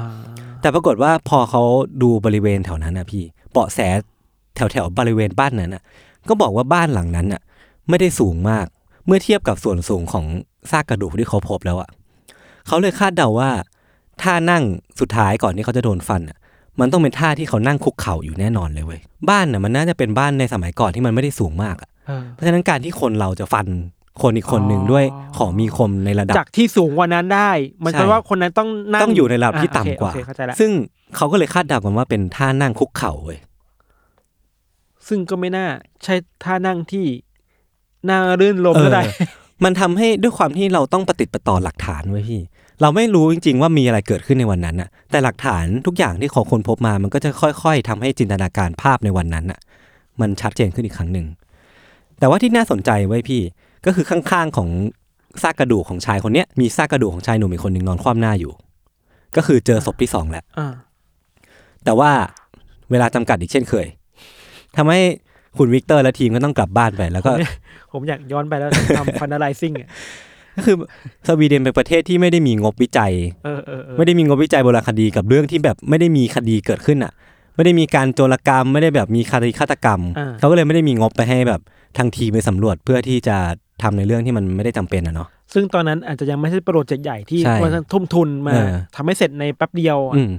B: แต่ปรากฏว่าพอเขาดูบริเวณแถวนั้นนะพี่เบาะแสแถวแถวๆบริเวณบ้านนั้นน่ะ ก็บอกว่าบ้านหลังนั้นน่ะ ไม่ได้สูงมากเมื่อเทียบกับส่วนสูงของซากกระดูกที่เขาพบแล้วอ่ะเขาเลยคาดเดาว่าท่านั่งสุดท้ายก่อนที่เขาจะโดนฟันน่ะ มันต้องเป็นท่าที่เขานั่งคุกเข่าอยู่แน่นอนเลยเว้ยบ้านน่ะมันน่าจะเป็นบ้านในสมัยก่อนที่มันไม่ได้สูงมากอะ
C: เออ
B: เพราะฉะนั้นการที่คนเราจะฟัน คนอีกคนหนึ่ง
C: อ๋อ
B: ด้วยของมีคมในระดับ
C: จากที่สูงกว่านั้นได้ มัน
B: ใช่
C: แปลว่าคนนั้นต้องนั่ง
B: ต้องอยู่ในระดับที่ต่ำกว่า
C: อ่ะโอเคโอเคเข้าใจละ
B: ซึ่งเขาก็เลยคาดเดากันว่าเป็นท่านั่งคุกเข่าเว้ย
C: ซึ่งก็ไม่น่า ใช่ท่านั่งที่น่ารื่นลม
B: เอ
C: ก็
B: อ
C: ได้
B: มันทำให้ด้วยความที่เราต้องประติดประต่อหลักฐานไว้ยพี่ เราไม่รู้จริง ๆ ว่ามีอะไรเกิดขึ้นในวันนั้นน่ะ แต่หลักฐานทุกอย่างที่เขาคนพบมา มันก็จะค่อยๆทำให้จินตนาการภาพในวันนั้นน่ะ มันชัดเจนขึ้นอีกครั้งหนึ่ง แต่ว่าที่น่าสนใจไว้ยพี่ ก็คือข้างๆของซากกระดูกของชายคนเนี้ยมีซากกระดูกของชายหนุ่มอีกคนหนึ่งนอนคว่ำหน้าอยู่ ก็คือเจอศพที่สองแล้ว
C: อ่า
B: แต่ว่าเวลาจำกัดอีกเช่นเคยทำให้คุณวิกเตอร์และทีมก็ต้องกลับบ้านไป แล้วก็
C: ผมเนี่ย ผมอยากย้อนไปแล้วทำ ฟันอะไรซิ่งอ่ะ
B: ก็คือสวีเดนเป็นประเทศที่ไม่ได้มีงบวิจัย
C: เออเออเออ
B: ไม่ได้มีงบวิจัยโบราณคดีกับเรื่องที่แบบไม่ได้มีคดีเกิดขึ้นอ่ะ ไม่ได้มีการโจรกรรม ไม่ได้แบบมีคดีฆาตกรรม
C: า
B: เขาก็เลยไม่ได้มีงบไปให้แบบทางทีมไปสำรวจเพื่อที่จะทำในเรื่องที่มันไม่ได้จำเป็นอ่ะเนาะ
C: ซึ่งตอนนั้นอาจจะยังไม่ใช่โปรเจกต์ใหญ่ที่
B: ใช่
C: มันทุ่มทุนมา
B: เออ
C: ทำให้เสร็จในแป๊บเดียวอะ
B: อืม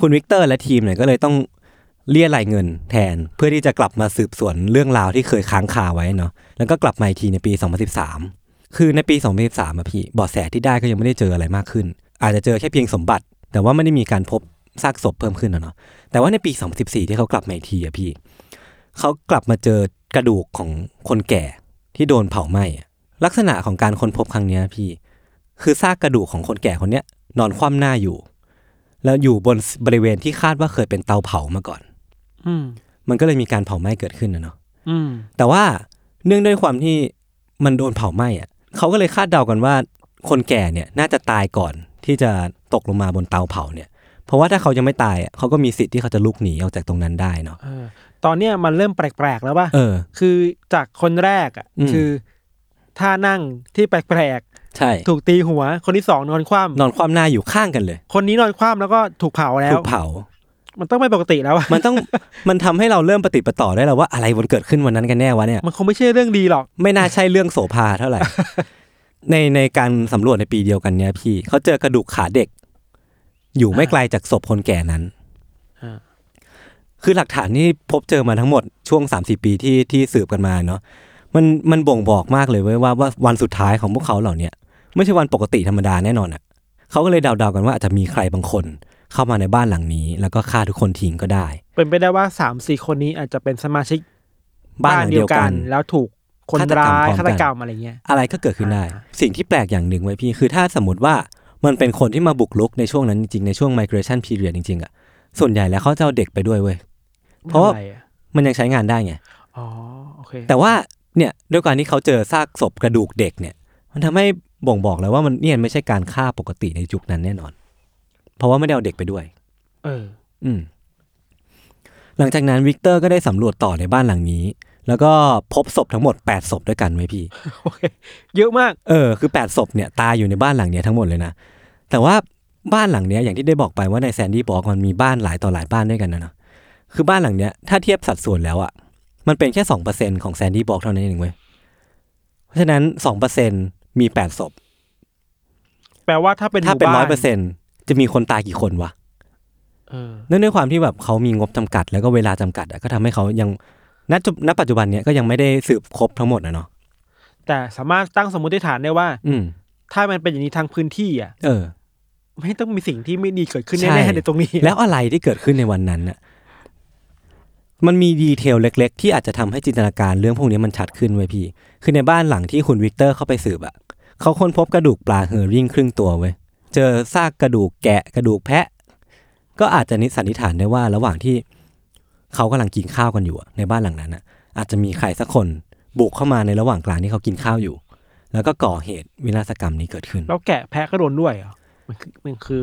B: คุณวิกเตอร์และทีมเนี่ยก็เลยต้องเรียรายเงินแทนเพื่อที่จะกลับมาสืบสวนเรื่องราวที่เคยค้างคาไว้เนาะแล้วก็กลับมาอีกทีในปี 2013 คือในปี 2013อะพี่เบาะแสที่ได้ก็ยังไม่ได้เจออะไรมากขึ้น อาจจะเจอแค่เพียงสมบัติ แต่ว่าไม่ได้มีการพบซากศพเพิ่มขึ้นนะเนาะแต่ว่าในปี 2014 ที่เขากลับมาอีกทีอะพี่เขากลับมาเจอกระดูกของคนแก่ที่โดนเผาไหม้อะลักษณะของการค้นพบครั้งเนี้ยพี่ คือซากกระดูกของคนแก่คนเนี้ยนอนคว่ำหน้าอยู่ แล้วอยู่บนบริเวณที่คาดว่าเคยเป็นเตาเผามาก่อน
C: อืม
B: มันก็เลยมีการเผาไหม้เกิดขึ้นนะเนาะ
C: อืม
B: แต่ว่าเนื่องด้วยความที่มันโดนเผาไหม้อะเขาก็เลยคาดเดากันว่าคนแก่เนี่ยน่าจะตายก่อนที่จะตกลงมาบนเตาเผาเนี่ย เพราะว่าถ้าเขายังไม่ตายอะเขาก็มีสิทธิ์ที่เขาจะลุกหนีออกจากตรงนั้นได้เนาะ
C: เออ ตอนเนี้ยมันเริ่มแปลกๆแล้วป่ะ
B: เออ
C: คือจากคนแรกอ่ะ
B: อืม
C: คือท่านั่งที่แปลก
B: ใช่
C: ๆ ถูกตีหัว คนที่สองนอนคว่
B: นอนคว่ำหน้าอยู่ข้างกันเลย
C: ำคนนี้นอนคว่ำแล้วก็ถูกเผาแล้
B: ถู
C: ว
B: กเผา
C: มันต้องไม่ปกติแล้วอะ
B: มันต้อง มันทำให้เราเริ่มปฏิดประต่อได้แล้วว่าอะไรมันเกิดขึ้นวันนั้นกันแน่วะเนี่ย
C: มันคงไม่ใช่เรื่องดีหรอก
B: ไม่น่าใช่เรื่องโสภา เท่าไหร่ ในในการสำรวจในปีเดียวกันเนี้ยพี่เขาเจอกระดูกขาเด็ก อยู่ไม่ไกลจากศพคนแก่นั้น
C: อ่า
B: คือหลักฐานที่พบเจอมาทั้งหมดช่วง 30 ปีที่ที่สืบกันมาเนาะมันมันบ่งบอกมากเลยเว้ยว่าว่าวันสุดท้ายของพวกเขาเหล่าเนี้ยไม่ใช่วันปกติธรรมดาแน่นอนอะ่ะเขาก็เลยเดาๆกันว่าอาจจะมีใครบางคน เข้ามาในบ้านหลังนี้ แล้วก็ฆ่าทุกคนทิ้งก็ได้
C: เป็นไปได้ว่าสามสี่คนนี้อาจจะเป็นสมาชิก
B: บ้านหลังเดียวกัน
C: แล้วถูกคน
B: ฆาตกรรม
C: ร้าย
B: พร้อมกัน
C: ฆาตกรรมอะไรเงี้ย
B: อะไรก็เกิดขึ้นได้
C: อ่า
B: สิ่งที่แปลกอย่างหนึ่งไว้พี่ คือถ้าสมมติว่ามันเป็นคนที่มาบุกรุกในช่วงนั้นจริงๆ ในช่วง migration period จริงๆอะส่วนใหญ่แล้วเขาจะเอาเด็กไปด้วยเว้ย เพราะว่า
C: อไอ
B: มันยังใช้งานได้ไง
C: อ๋อโอเค
B: แต่ว่าเนี่ยด้วยการที่เขาเจอซากศพกระดูกเด็กเนี่ย มันทำให้บ่งบอกเลยว่ามันเนี่ยไม่ใช่การฆ่าปกติในยุคนั้นแน่นอน เพราะว่าไม่ได้เอาเด็กไปด้วย
C: เออ
B: อืม หลังจากนั้นวิกเตอร์ก็ได้สำรวจต่อในบ้านหลังนี้ แล้วก็พบศพทั้งหมดแปดศพด้วยกันไว้พี่
C: โอเค เยอะมาก
B: เออคือ 8ศพเนี่ยตายอยู่ในบ้านหลังเนี้ยทั้งหมดเลยนะ แต่ว่าบ้านหลังเนี้ยอย่างที่ได้บอกไปว่าในแซนดี้บอกมันมีบ้านหลายต่อหลายบ้านด้วยกันนะเนาะคือบ้านหลังเนี้ยถ้าเทียบสัดส่วนแล้วอะ่ะมันเป็นแค่สองเปอร์เซ็นของแซนดี้บอกเท่านั้นเองเว้ยเพราะฉะนั้นสองเปอร์เซ็นมีแปดศพ
C: แปลว่าถ้าเป็น
B: ถ้าเป็น
C: ห
B: ร้อย
C: มู่
B: เปอร์เซ็นจะมีคนตายกี่คนวะ
C: เออ
B: เนื่องด้วยความที่แบบเขามีงบจำกัดแล้วก็เวลาจำกัดอะก็ทำให้เขายังณจุณปัจจุบันเนี้ยก็ยังไม่ได้สืบครบทั้งหมดนะเนาะ
C: แต่สามารถตั้งสมมติฐานได้ว่า
B: อืม
C: ถ้ามันเป็นอย่างนี้ทางพื้นที่อ่ะ
B: เออ
C: ไม่ต้องมีสิ่งที่ไม่ดีเกิดขึ้น
B: ใช่
C: แน่ๆในตรงนี้
B: แล้วอะไรที่เกิดขึ้นในวันนั้นน่ะ มันมีดีเทลเล็ก ๆ ที่อาจจะทำให้จินตนาการเรื่องพวกนี้มันชัดขึ้นไว้ยพี่ คือในบ้านหลังที่คุณวิกเตอร์เข้าไปสืบอะเขาค้นพบกระดูกปลาเฮอริ่งครึ่งตัวเว้ย เจอซากกระดูกแกะกระดูกแพะ ก็อาจจะนิสันนิษฐานได้ว่า ระหว่างที่เขากำลังกินข้าวกันอยู่อะในบ้านหลังนั้นน่ะ อาจจะมีใครสักคนบุกเข้ามาในระหว่างกลางที่เขากินข้าวอยู่ แล้วก็ก่อเหตุวินาศกรรมนี้เกิดขึ้น
C: แล้วแกะแพะก็โดนด้วยเหรอมันคือมันคือ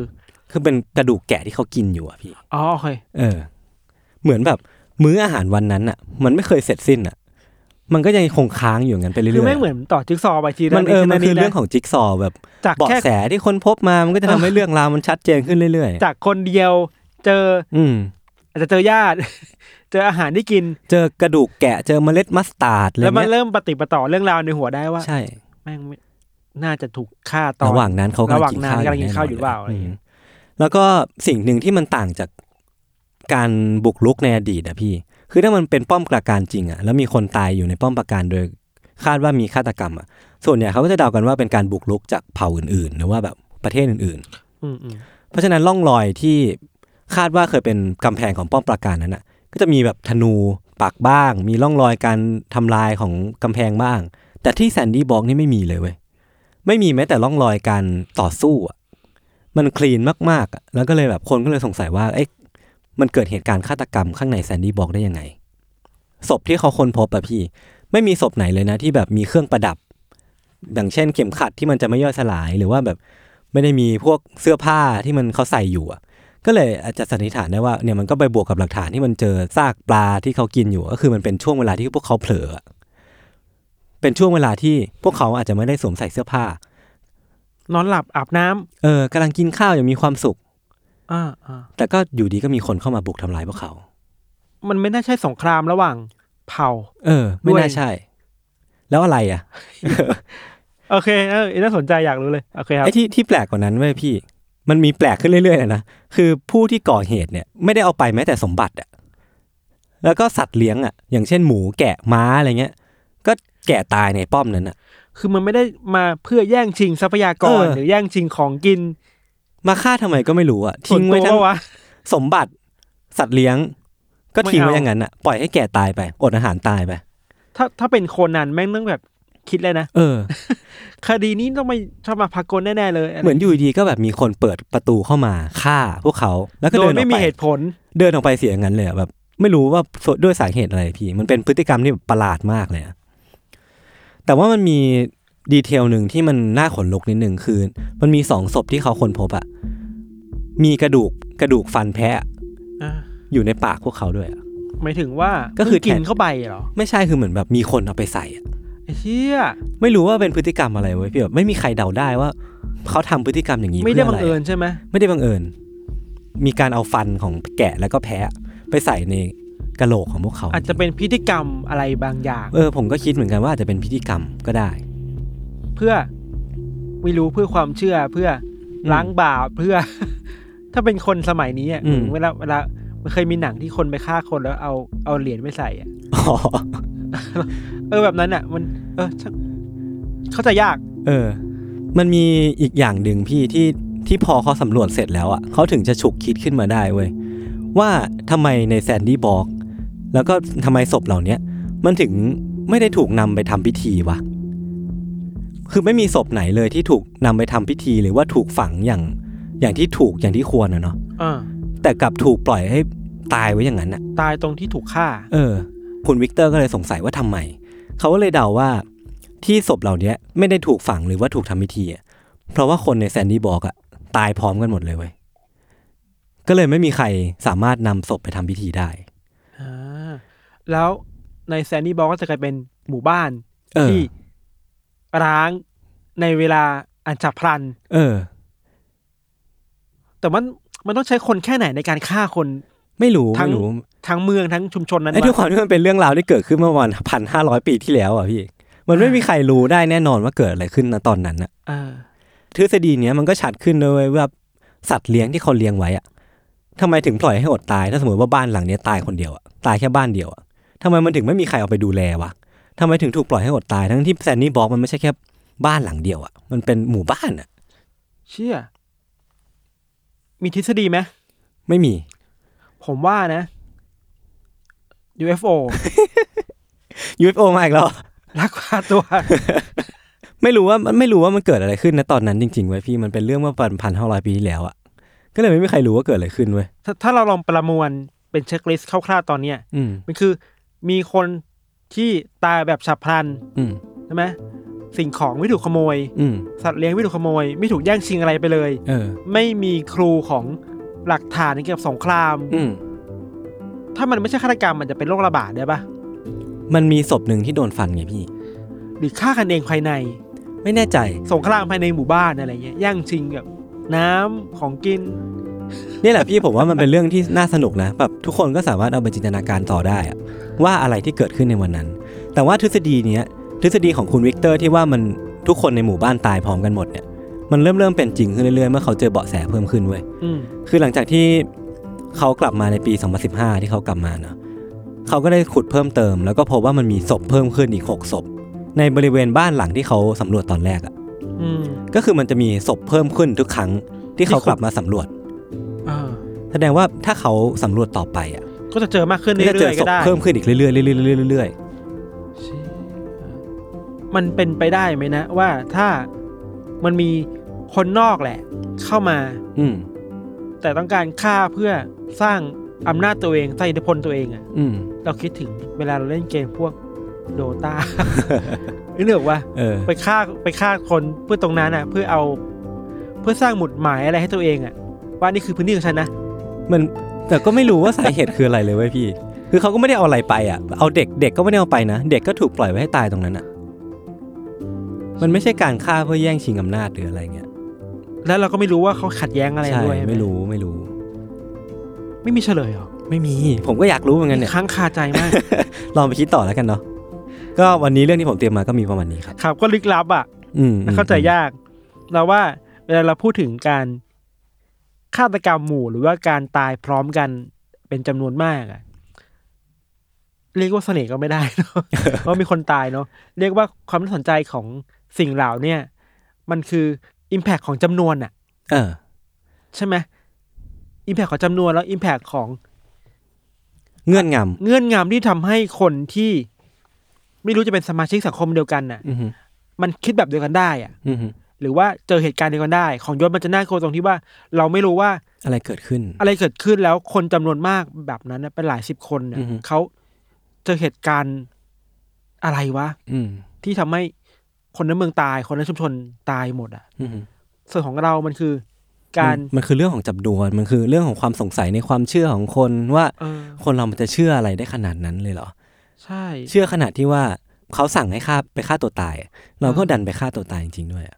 B: คือเป็นกระดูกแกะที่เขากินอยู่อะพี่
C: อ๋อโอเค
B: เออ เหมือนแบบมื้ออาหารวันนั้นอ่ะ มันไม่เคยเสร็จสิ้นอ่ะ มันก็ยังคงค้างอยู่อย่างนั้นไปเรื่อยๆ
C: คือไม่เหมือนต่อจิ๊กซอว์ไปทีละ
B: มันเออ
C: ที
B: มั
C: ละ
B: นคือ
C: ละ
B: เรื่องของจิ๊กซอว์แบบ
C: จาก
B: เบาะ
C: แค่
B: แสที่ค้นพบมามันก็จะทำให้เรื่องราวมันชัดเจนขึ้นเรื่อย
C: จากคนเดียวเจอ
B: ๆอืม
C: อาจจะเจอญาติ เจออาหารที่กิน
B: เจอกระดูกแกะเจอเมล็ดมัสตาร์ดอะไร
C: แล้วมัน
B: เงี้ย
C: เริ่มปฏิดปะต่อเรื่องราวในหัวได้ว่า
B: ใช่
C: แม่งไม่น่าจะถูกฆ่าตอน
B: ระหว่างนั้นเขากำลังกินข้าว
C: ระหว่างนั้นกำลังกินข้าวอยู่
B: แน่น
C: เปล่าอะไรอย่างเงี้ย
B: มแล้วก็สิ่งหนึ่งที่มันต่างจากการบุกรุกในอดีตนะพี่ คือถ้ามันเป็นป้อมปราการจริงอะแล้วมีคนตายอยู่ในป้อมปราการโดย คาดว่ามีฆาตกรรมอะ ส่วนใหญ่เขาก็จะเดากันว่าเป็นการบุกรุกจากเผ่าอื่นๆ หรือว่าแบบประเทศอื่น
C: อืมอืม
B: ๆ เพราะฉะนั้นร่องรอยที่คาดว่าเคยเป็นกำแพงของป้อมปราการนั้นอ่ะ ก็จะมีแบบธนูปักบ้าง มีร่องรอยการทำลายของกำแพงบ้าง แต่ที่แซนดี้บอกนี่ไม่มีเลยเว้ยไม่มีแม้แต่ร่องรอยการต่อสู้อ่ะมันคลีนมากๆอะแล้วก็เลยแบบคนก็เลยสงสัยว่าเอ๊ะมันเกิดเหตุการณ์ฆาตกรรมข้างในแซนดี้บอกได้ยังไง ศพที่เขาค้นพบอะพี่ ไม่มีศพไหนเลยนะที่แบบมีเครื่องประดับ อย่างเช่นเข็มขัดที่มันจะไม่ย่อยสลายหรือว่าแบบไม่ได้มีพวกเสื้อผ้าที่มันเขาใส่อยู่อะก็เลยอาจจะสันนิษฐานได้ว่าเนี่ยมันก็ไปบวกกับหลักฐานที่มันเจอซากปลาที่เขากินอยู่ ก็คือมันเป็นช่วงเวลาที่พวกเขาเผลออะเป็นช่วงเวลาที่พวกเขาอาจจะไม่ได้สวมใส่เสื้อผ้า
C: นอนหลับอาบน้ำ
B: เออกำลังกินข้าวอย่างมีความสุข
C: อ่าอ่า
B: แต่ก็อยู่ดีก็มีคนเข้ามาบุกทำลายพวกเขา
C: มันไม่น่าใช่สงครามระหว่างเผ่า
B: เออ ไม่
C: ด้
B: น่า
C: วย
B: ใช่ แล้วอะไรอ่ะ
C: โอเคเออน่าสนใจอยากรู้เลยโอเคครับ
B: ไอ้ที่ที่แปลกกว่านั้นเว้ยพี่ มันมีแปลกขึ้นเรื่อยๆเลยนะ คือผู้ที่ก่อเหตุเนี่ยไม่ได้เอาไปแม้แต่สมบัติอะแล้วก็สัตว์เลี้ยงอะอย่างเช่นหมูแกะม้าอะไรเงี้ย ก็แก่ตายในป้อมนั้นอะ
C: คือมันไม่ได้มาเพื่อแย่งชิงทรัพยากร
B: เออ
C: หรือแย่งชิงของกิน
B: มาฆ่าทำไมก็ไม่รู้อะทิ้งไว้
C: ส่น
B: ทั้
C: ตั
B: ง
C: ววะ
B: สมบัติ สัตว์เลี้ยง ก็
C: ไม่
B: ทิ้งไว้
C: เอา
B: อย่างนั้นอะปล่อยให้แก่ตายไป อดอาหารตายไป
C: ถ้าถ้าเป็นโคนันแม่งต้องแบบคิดเลยนะ
B: เออ
C: คดีนี้ต้องไปชอบมาพากลแน่ๆเลย
B: เหมือนอยู่ดีๆก็แบบมีคนเปิดประตูเข้ามาฆ่าพวกเขา แล้วก็
C: โด
B: เดิ
C: ย
B: นอ
C: ไม่
B: อก
C: มี
B: ไป
C: เหตุผล
B: เดินออกไปเสียอย่างนั้นเลยอะแบบ ไม่รู้ว่าด้วยสาเหตุอะไรพี่ มันเป็นพฤติกรรมที่แบบประหลาดมากเลยอะแต่ว่ามันมีดีเทลหนึ่งที่มันน่าขนลุกนิดหนึ่งคือ มันมีสองศพที่เขาค้นพบอะมีกระดูกกระดูกฟันแพะ
C: อ่า
B: อยู่ในปากพวกเขาด้วยอะ
C: หมายถึงว่า
B: ก็คือ
C: เพิ่งกิน
B: แทน
C: เข้าไปเหรอ
B: ไม่ใช่คือเหมือนแบบมีคนเอาไปใส่อะ
C: ไอ้เชี่ย
B: ไม่รู้ว่าเป็นพฤติกรรมอะไรเว้ยพี่แบบไม่มีใครเดาได้ว่า เขาทำพฤติกรรมอย่างนี้
C: ไม่ได้
B: พื่
C: บังเอิ
B: ะ
C: ญใช่ไหม
B: รไม่ได้บังเอิญ มีการเอาฟันของแกะแล้วก็แพะไปใส่ในกระโหลกของพวกเขา
C: อาจจะเป็นพิธีกรรมอะไรบางอย่าง
B: เออผมก็คิดเหมือนกันว่าอาจจะเป็นพิธีกรรมก็ได้
C: เพื่อไม่รู้เพื่อความเชื่อเพื่ออ
B: ม
C: ล้างบาปเพื่อ ถ้าเป็นคนสมัยนี้อะ
B: อืม
C: เวลาเวลามันเคยมีหนังที่คนไปฆ่าคนแล้วเอาเอาเหรียญไปใส่อะ
B: อ๋อ
C: เออแบบนั้นอ่ะ มันเออช่างเข้าใจยาก
B: เออ มันมีอีกอย่างหนึ่งพี่ที่ที่พอเขาสำรวจเสร็จแล้วอ่ะเขาถึงจะฉุกคิดขึ้นมาได้เว้ยว่าทำไมในแซนดี้บอก แล้วก็ทำไมศพเหล่าเนี้ยมันถึงไม่ได้ถูกนำไปทำพิธีวะคือไม่มีศพไหนเลยที่ถูกนำไปทำพิธีหรือว่าถูกฝังอย่างอย่างที่ถูกอย่างที่ควรนะเนาะ
C: เออ
B: แต่กลับถูกปล่อยให้ตายไว้อย่างนั้นอะ
C: ตายตรงที่ถูกฆ่า
B: เออ คุณวิกเตอร์ก็เลยสงสัยว่าทำไม เขาก็เลยเดาว่า ที่ศพเหล่าเนี้ยไม่ได้ถูกฝังหรือว่าถูกทำพิธีอะเพราะว่าคนในแซนดี้บอกอะตายพร้อมกันหมดเลยเว้ย ก็เลยไม่มีใครสามารถนำศพไปทำพิธีได้
C: อ่าแล้วในแซนดี้บอกก็จะกลายเป็นหมู่บ้าน
B: เออ
C: ที่ร้างในเวลาอันฉับพลัน
B: เออ
C: แต่มันมันต้องใช้คนแค่ไหนในการฆ่าคน
B: ไม่รู้
C: ทั้ง
B: ไม่รู้
C: ทั้งเมืองทั้งชุมชนนั้น
B: ไอ้ทุก
C: วะ
B: ความที่มันเป็นเรื่องราวที่เกิดขึ้นเมื่อวันพันห้าร้อยปีที่แล้วอ่ะพี่ มันไม่มีใครรู้ได้แน่นอนว่าเกิดอะไรขึ้นนะตอนนั้นอะ
C: เออ
B: ทฤษฎีเนี้ยมันก็ชัดขึ้นด้วยเวยว่าสัตว์เลี้ยงที่เขาเลี้ยงไว้อะทำไมถึงปล่อยให้อดตาย ถ้าสมมติว่าบ้านหลังเนี้ยตายคนเดียวอะตายแค่บ้านเดียวอะทำไมมันถึงไม่มีใครเอาไปดูแลวะทำไมถึงถูกปล่อยให้อดตาย ทั้งที่แซนนี่บอกมันไม่ใช่แค่บ้านหลังเดียวอะมันเป็นหมู่บ้านอะ
C: เชื่อ มีทฤษฎีไหม
B: ไม่มี
C: ผมว่านะ UFO
B: UFO มาอีกแล้ว
C: ลักพาตัว
B: ไม่รู้ว่ามันไม่รู้ว่ามันเกิดอะไรขึ้นนะตอนนั้นจริงๆไว้ยพี่มันเป็นเรื่องเมื่อพันห้าร้อยปีที่แล้วอะก็เลยไม่มีใครรู้ว่าเกิดอะไรขึ้นเว้ย
C: ถ้าถ้าเราลองประมวลเป็นเช็คลิสต์คร่าวๆตอนเนี้ย
B: อืม
C: มันคือมีคนที่ตายแบบฉับพลัน
B: อืม
C: ใช่ไหมสิ่งของไม่ถูกขโมย
B: อืม
C: สัตว์เลี้ยงไม่ถูกขโมย ไม่ถูกแย่งชิงอะไรไปเลย
B: เออ
C: ไม่มีครูของหลักฐานเกี่ยวกับสงคราม
B: อืม
C: ถ้ามันไม่ใช่ฆาตกรรมมันจะเป็นโรคระบาดได้ปะ
B: มันมีศพหนึ่งที่โดนฟันไงพี่
C: หรือฆ่ากันเองภายใน
B: ไม่แน่ใจ
C: สงครามภายในหมู่บ้านอะไรเงี้ยแย่งชิงกับน้ำของกิน
B: นี่แหละพี่ผมว่ามันเป็นเรื่องที่น่าสนุกนะแบบทุกคนก็สามารถเอาไปจินตนาการต่อได้อะว่าอะไรที่เกิดขึ้นในวันนั้น แต่ว่าทฤษฎีเนี้ยทฤษฎีของคุณวิกเตอร์ที่ว่ามันทุกคนในหมู่บ้านตายพร้อมกันหมดเนี่ยมันเริ่มเริ่มเป็นจริงขึ้นเรื่อยๆเมื่อเขาเจอเบาะแสเพิ่มขึ้นเว้ย
C: อืม
B: คือหลังจากที่เขากลับมาในปี 2015 ที่เขากลับมาเนาะเขาก็ได้ขุดเพิ่มเติม แล้วก็พบว่ามันมีศพเพิ่มขึ้นอีกหกศพ ในบริเวณบ้านหลังที่เขาสำรวจตอนแรกอะ
C: อืม
B: ก็คือมันจะมีศพเพิ่มขึ้นทุกครั้งที่เขา
C: ที่
B: ก
C: ขุด
B: ลับมาสำรวจ
C: อ่า
B: แสดงว่าถ้าเขาสำรวจต่อไปอ่ะ
C: ก็จะเจอมากขึ้น
B: ก็จะเจ
C: เรื่
B: อ
C: อย
B: ศ
C: ๆก็
B: พ
C: ได้
B: เพิ่มขึ้นอีกเรื่อยๆเรื่อยๆเรื่อย
C: เชี่ยมันเป็นไปได้ไหมนะ ว่าถ้ามันมีคนนอกแหละ เข้ามา
B: ๆอืม
C: แต่ต้องการฆ่าเพื่อสร้างอำนาจตัวเองสร้างอิทธิพลตัวเองอะ
B: อืม
C: เราคิดถึงเวลาเราเล่นเกมพวกโด ตา เรื่องว่า
B: เออ
C: ไปฆ่าไปฆ่าคนเพื่อตรงนั้นอ่ะ เพื่อเอา เพื่อสร้างหมุดหมายอะไรให้ตัวเองอ่ะ ว่านี่คือพื้นที่ของฉันนะ
B: มันแต่ก็ไม่รู้ว่าสาเหตุคืออะไรเลยเว้ยพี่ คือเขาก็ไม่ได้เอาอะไรไปอ่ะ เอาเด็กเด็กก็ไม่ได้เอาไปนะ เด็กก็ถูกปล่อยไว้ให้ตายตรงนั้นอ่ะ มันไม่ใช่การฆ่าเพื่อแย่งชิงอำนาจหรืออะไรเงี้ย
C: แล้วเราก็ไม่รู้ว่าเขาขัดแย้งอะไร
B: ใช่
C: ด้วยใช่ห
B: ไม่รู้ไม่รู้
C: ไม่มีเฉลยเหรอ
B: ไม่มี ผมก็อยากรู้เหมือนกันเนี่ย
C: ค้างคาใจมาก
B: ลองไปคิดต่อแล้วกันเนาะก็วันนี้เรื่องที่ผมเตรียมมาก็มีประมาณนี้ครับ
C: ครับก็ลึกลับอ่ะ
B: อืมอืม
C: เข้าใจยาก เราว่าเวลาเราพูดถึงการฆาตกรรมหมู่หรือว่าการตายพร้อมกันเป็นจำนวนมากอ่ะเรียกว่าเสน่ห์ก็ไม่ได้เนาะ เพราะมีคนตายเนาะเรียกว่าความน่าสนใจของสิ่งเหล่าเนี่ย มันคืออิมแพคของจำนวนอ่ะ
B: เออ
C: ใช่ไหมอิมแพคของจำนวนแล้วอิมแพคของ
B: เงื่อนง
C: เงื่อนงำที่ทำให้คนที่ ไม่รู้จะเป็นสมาชิกสังคมเดียวกันน่ะ
B: ำอือหือ
C: มันคิดแบบเดียวกันได้อะ
B: อือหือ
C: หรือว่าเจอเหตุการณ์เดียวกันได้ ของยศมันจะน่ากลัวตรงที่ว่า เราไม่รู้ว่า
B: อะไรเกิดขึ้น
C: อะไรเกิดขึ้นแล้วคนจำนวนมากแบบนั้นน่ะเป็นหลายสิบคนน่ะ
B: อือฮึ
C: เขาเจอเหตุการณ์อะไรวะ
B: อืม
C: ที่ทำให้คนในเมืองตาย คนในชุมชนตายหมดอ่ะ
B: อือหือ
C: ส่วนของเรามันคือ การ
B: มันมันคือเรื่องของจับดวนมันคือเรื่องของความสงสัยในความเชื่อของคนว่า
C: เออ
B: คนเรามันจะเชื่ออะไรได้ขนาดนั้นเลยเหรอ
C: ใช่
B: เชื่อขนาดที่ว่าเขาสั่งให้ฆ่าไปฆ่าตัวตายอะเราก็ดันไปฆ่าตัวตายจริงๆด้วยอะ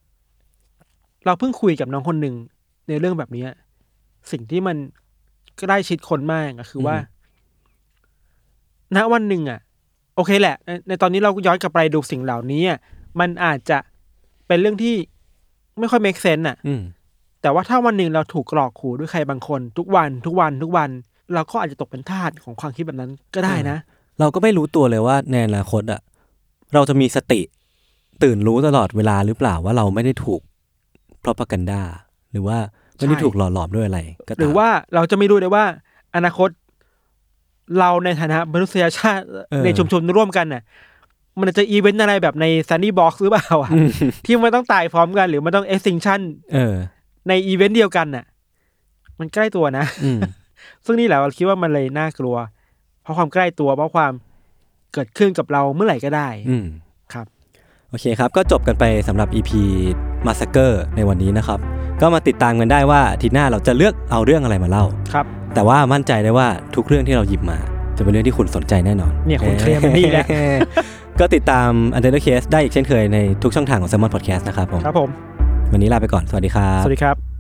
C: เราเพิ่งคุยกับน้องคนหนึ่งในเรื่องแบบเนี้ย สิ่งที่มันใกล้ชิดคนมากก็คือว่า ณวันหนึ่งอ่ะ โอเคแหละในในตอนนี้เราย้อนกลับไปดูสิ่งเหล่านี้อะมันอาจจะเป็นเรื่องที่ไม่ค่อย make sense อ่ะ
B: อืม
C: แต่ว่าถ้าวันหนึ่งเราถูกกรอกหูด้วยใครบางคน ทุกวัน ทุกวันทุกวัน เราก็อาจจะตกเป็นทาสของความคิดแบบนั้นก็ได้นะ
B: เราก็ไม่รู้ตัวเลยว่าในอนาคตอะเราจะมีสติตื่นรู้ตลอดเวลาหรือเปล่าว่าเราไม่ได้ถูกพรอพกันดาหรือว่าไม่ได้
C: ใช่
B: ถูกหล่อหลอมด้วยอะไรก็ตาม
C: หรือว่าเราจะไม่รู้เลยว่า อนาคต เราในฐานะมนุษยชาติในชุมชนร่วมกันน่ะ มันจะอีเวนต์อะไรแบบในซันนี่บ็อกซ์หรือเปล่า อะ
B: อืม
C: ที่มันต้องตายพร้อมกัน หรือมันต้องเอ็กซิงชัน
B: เออ
C: ในอีเวนต์เดียวกันน่ะ มันใกล้ตัวนะ
B: อืม
C: ซึ่งนี่แหละเราคิดว่ามันเลยน่ากลัว เพราะความใกล้ตัวเพราะความเกิดขึ้นกับเราเมื่อไหร่ก็ได้
B: อืม
C: ครับ
B: โอเคครับ ก็จบกันไปสำหรับ EP m a s s a c r e ในวันนี้นะครับ ก็มาติดตามกันได้ว่าอาทีหน้าเราจะเลือกเอาเรื่องอะไรมาเล่า
C: ครับ
B: แต่ว่ามั่นใจได้ว่าทุกเรื่องที่เราหยิบมา จะเป็นเรื่องที่คุณสนใจแน่นอน
C: เนี่ยคุณเคลมมันนี่แหละ
B: ก็ติดตาม u n d e r Case ได้อีกเช่นเคยในทุกช่องทางของ s ซ m o n Podcast นะครับผม
C: ครับผม
B: วันนี้ลาไปก่อน สวัสดีครับ
C: สวัสดีครับ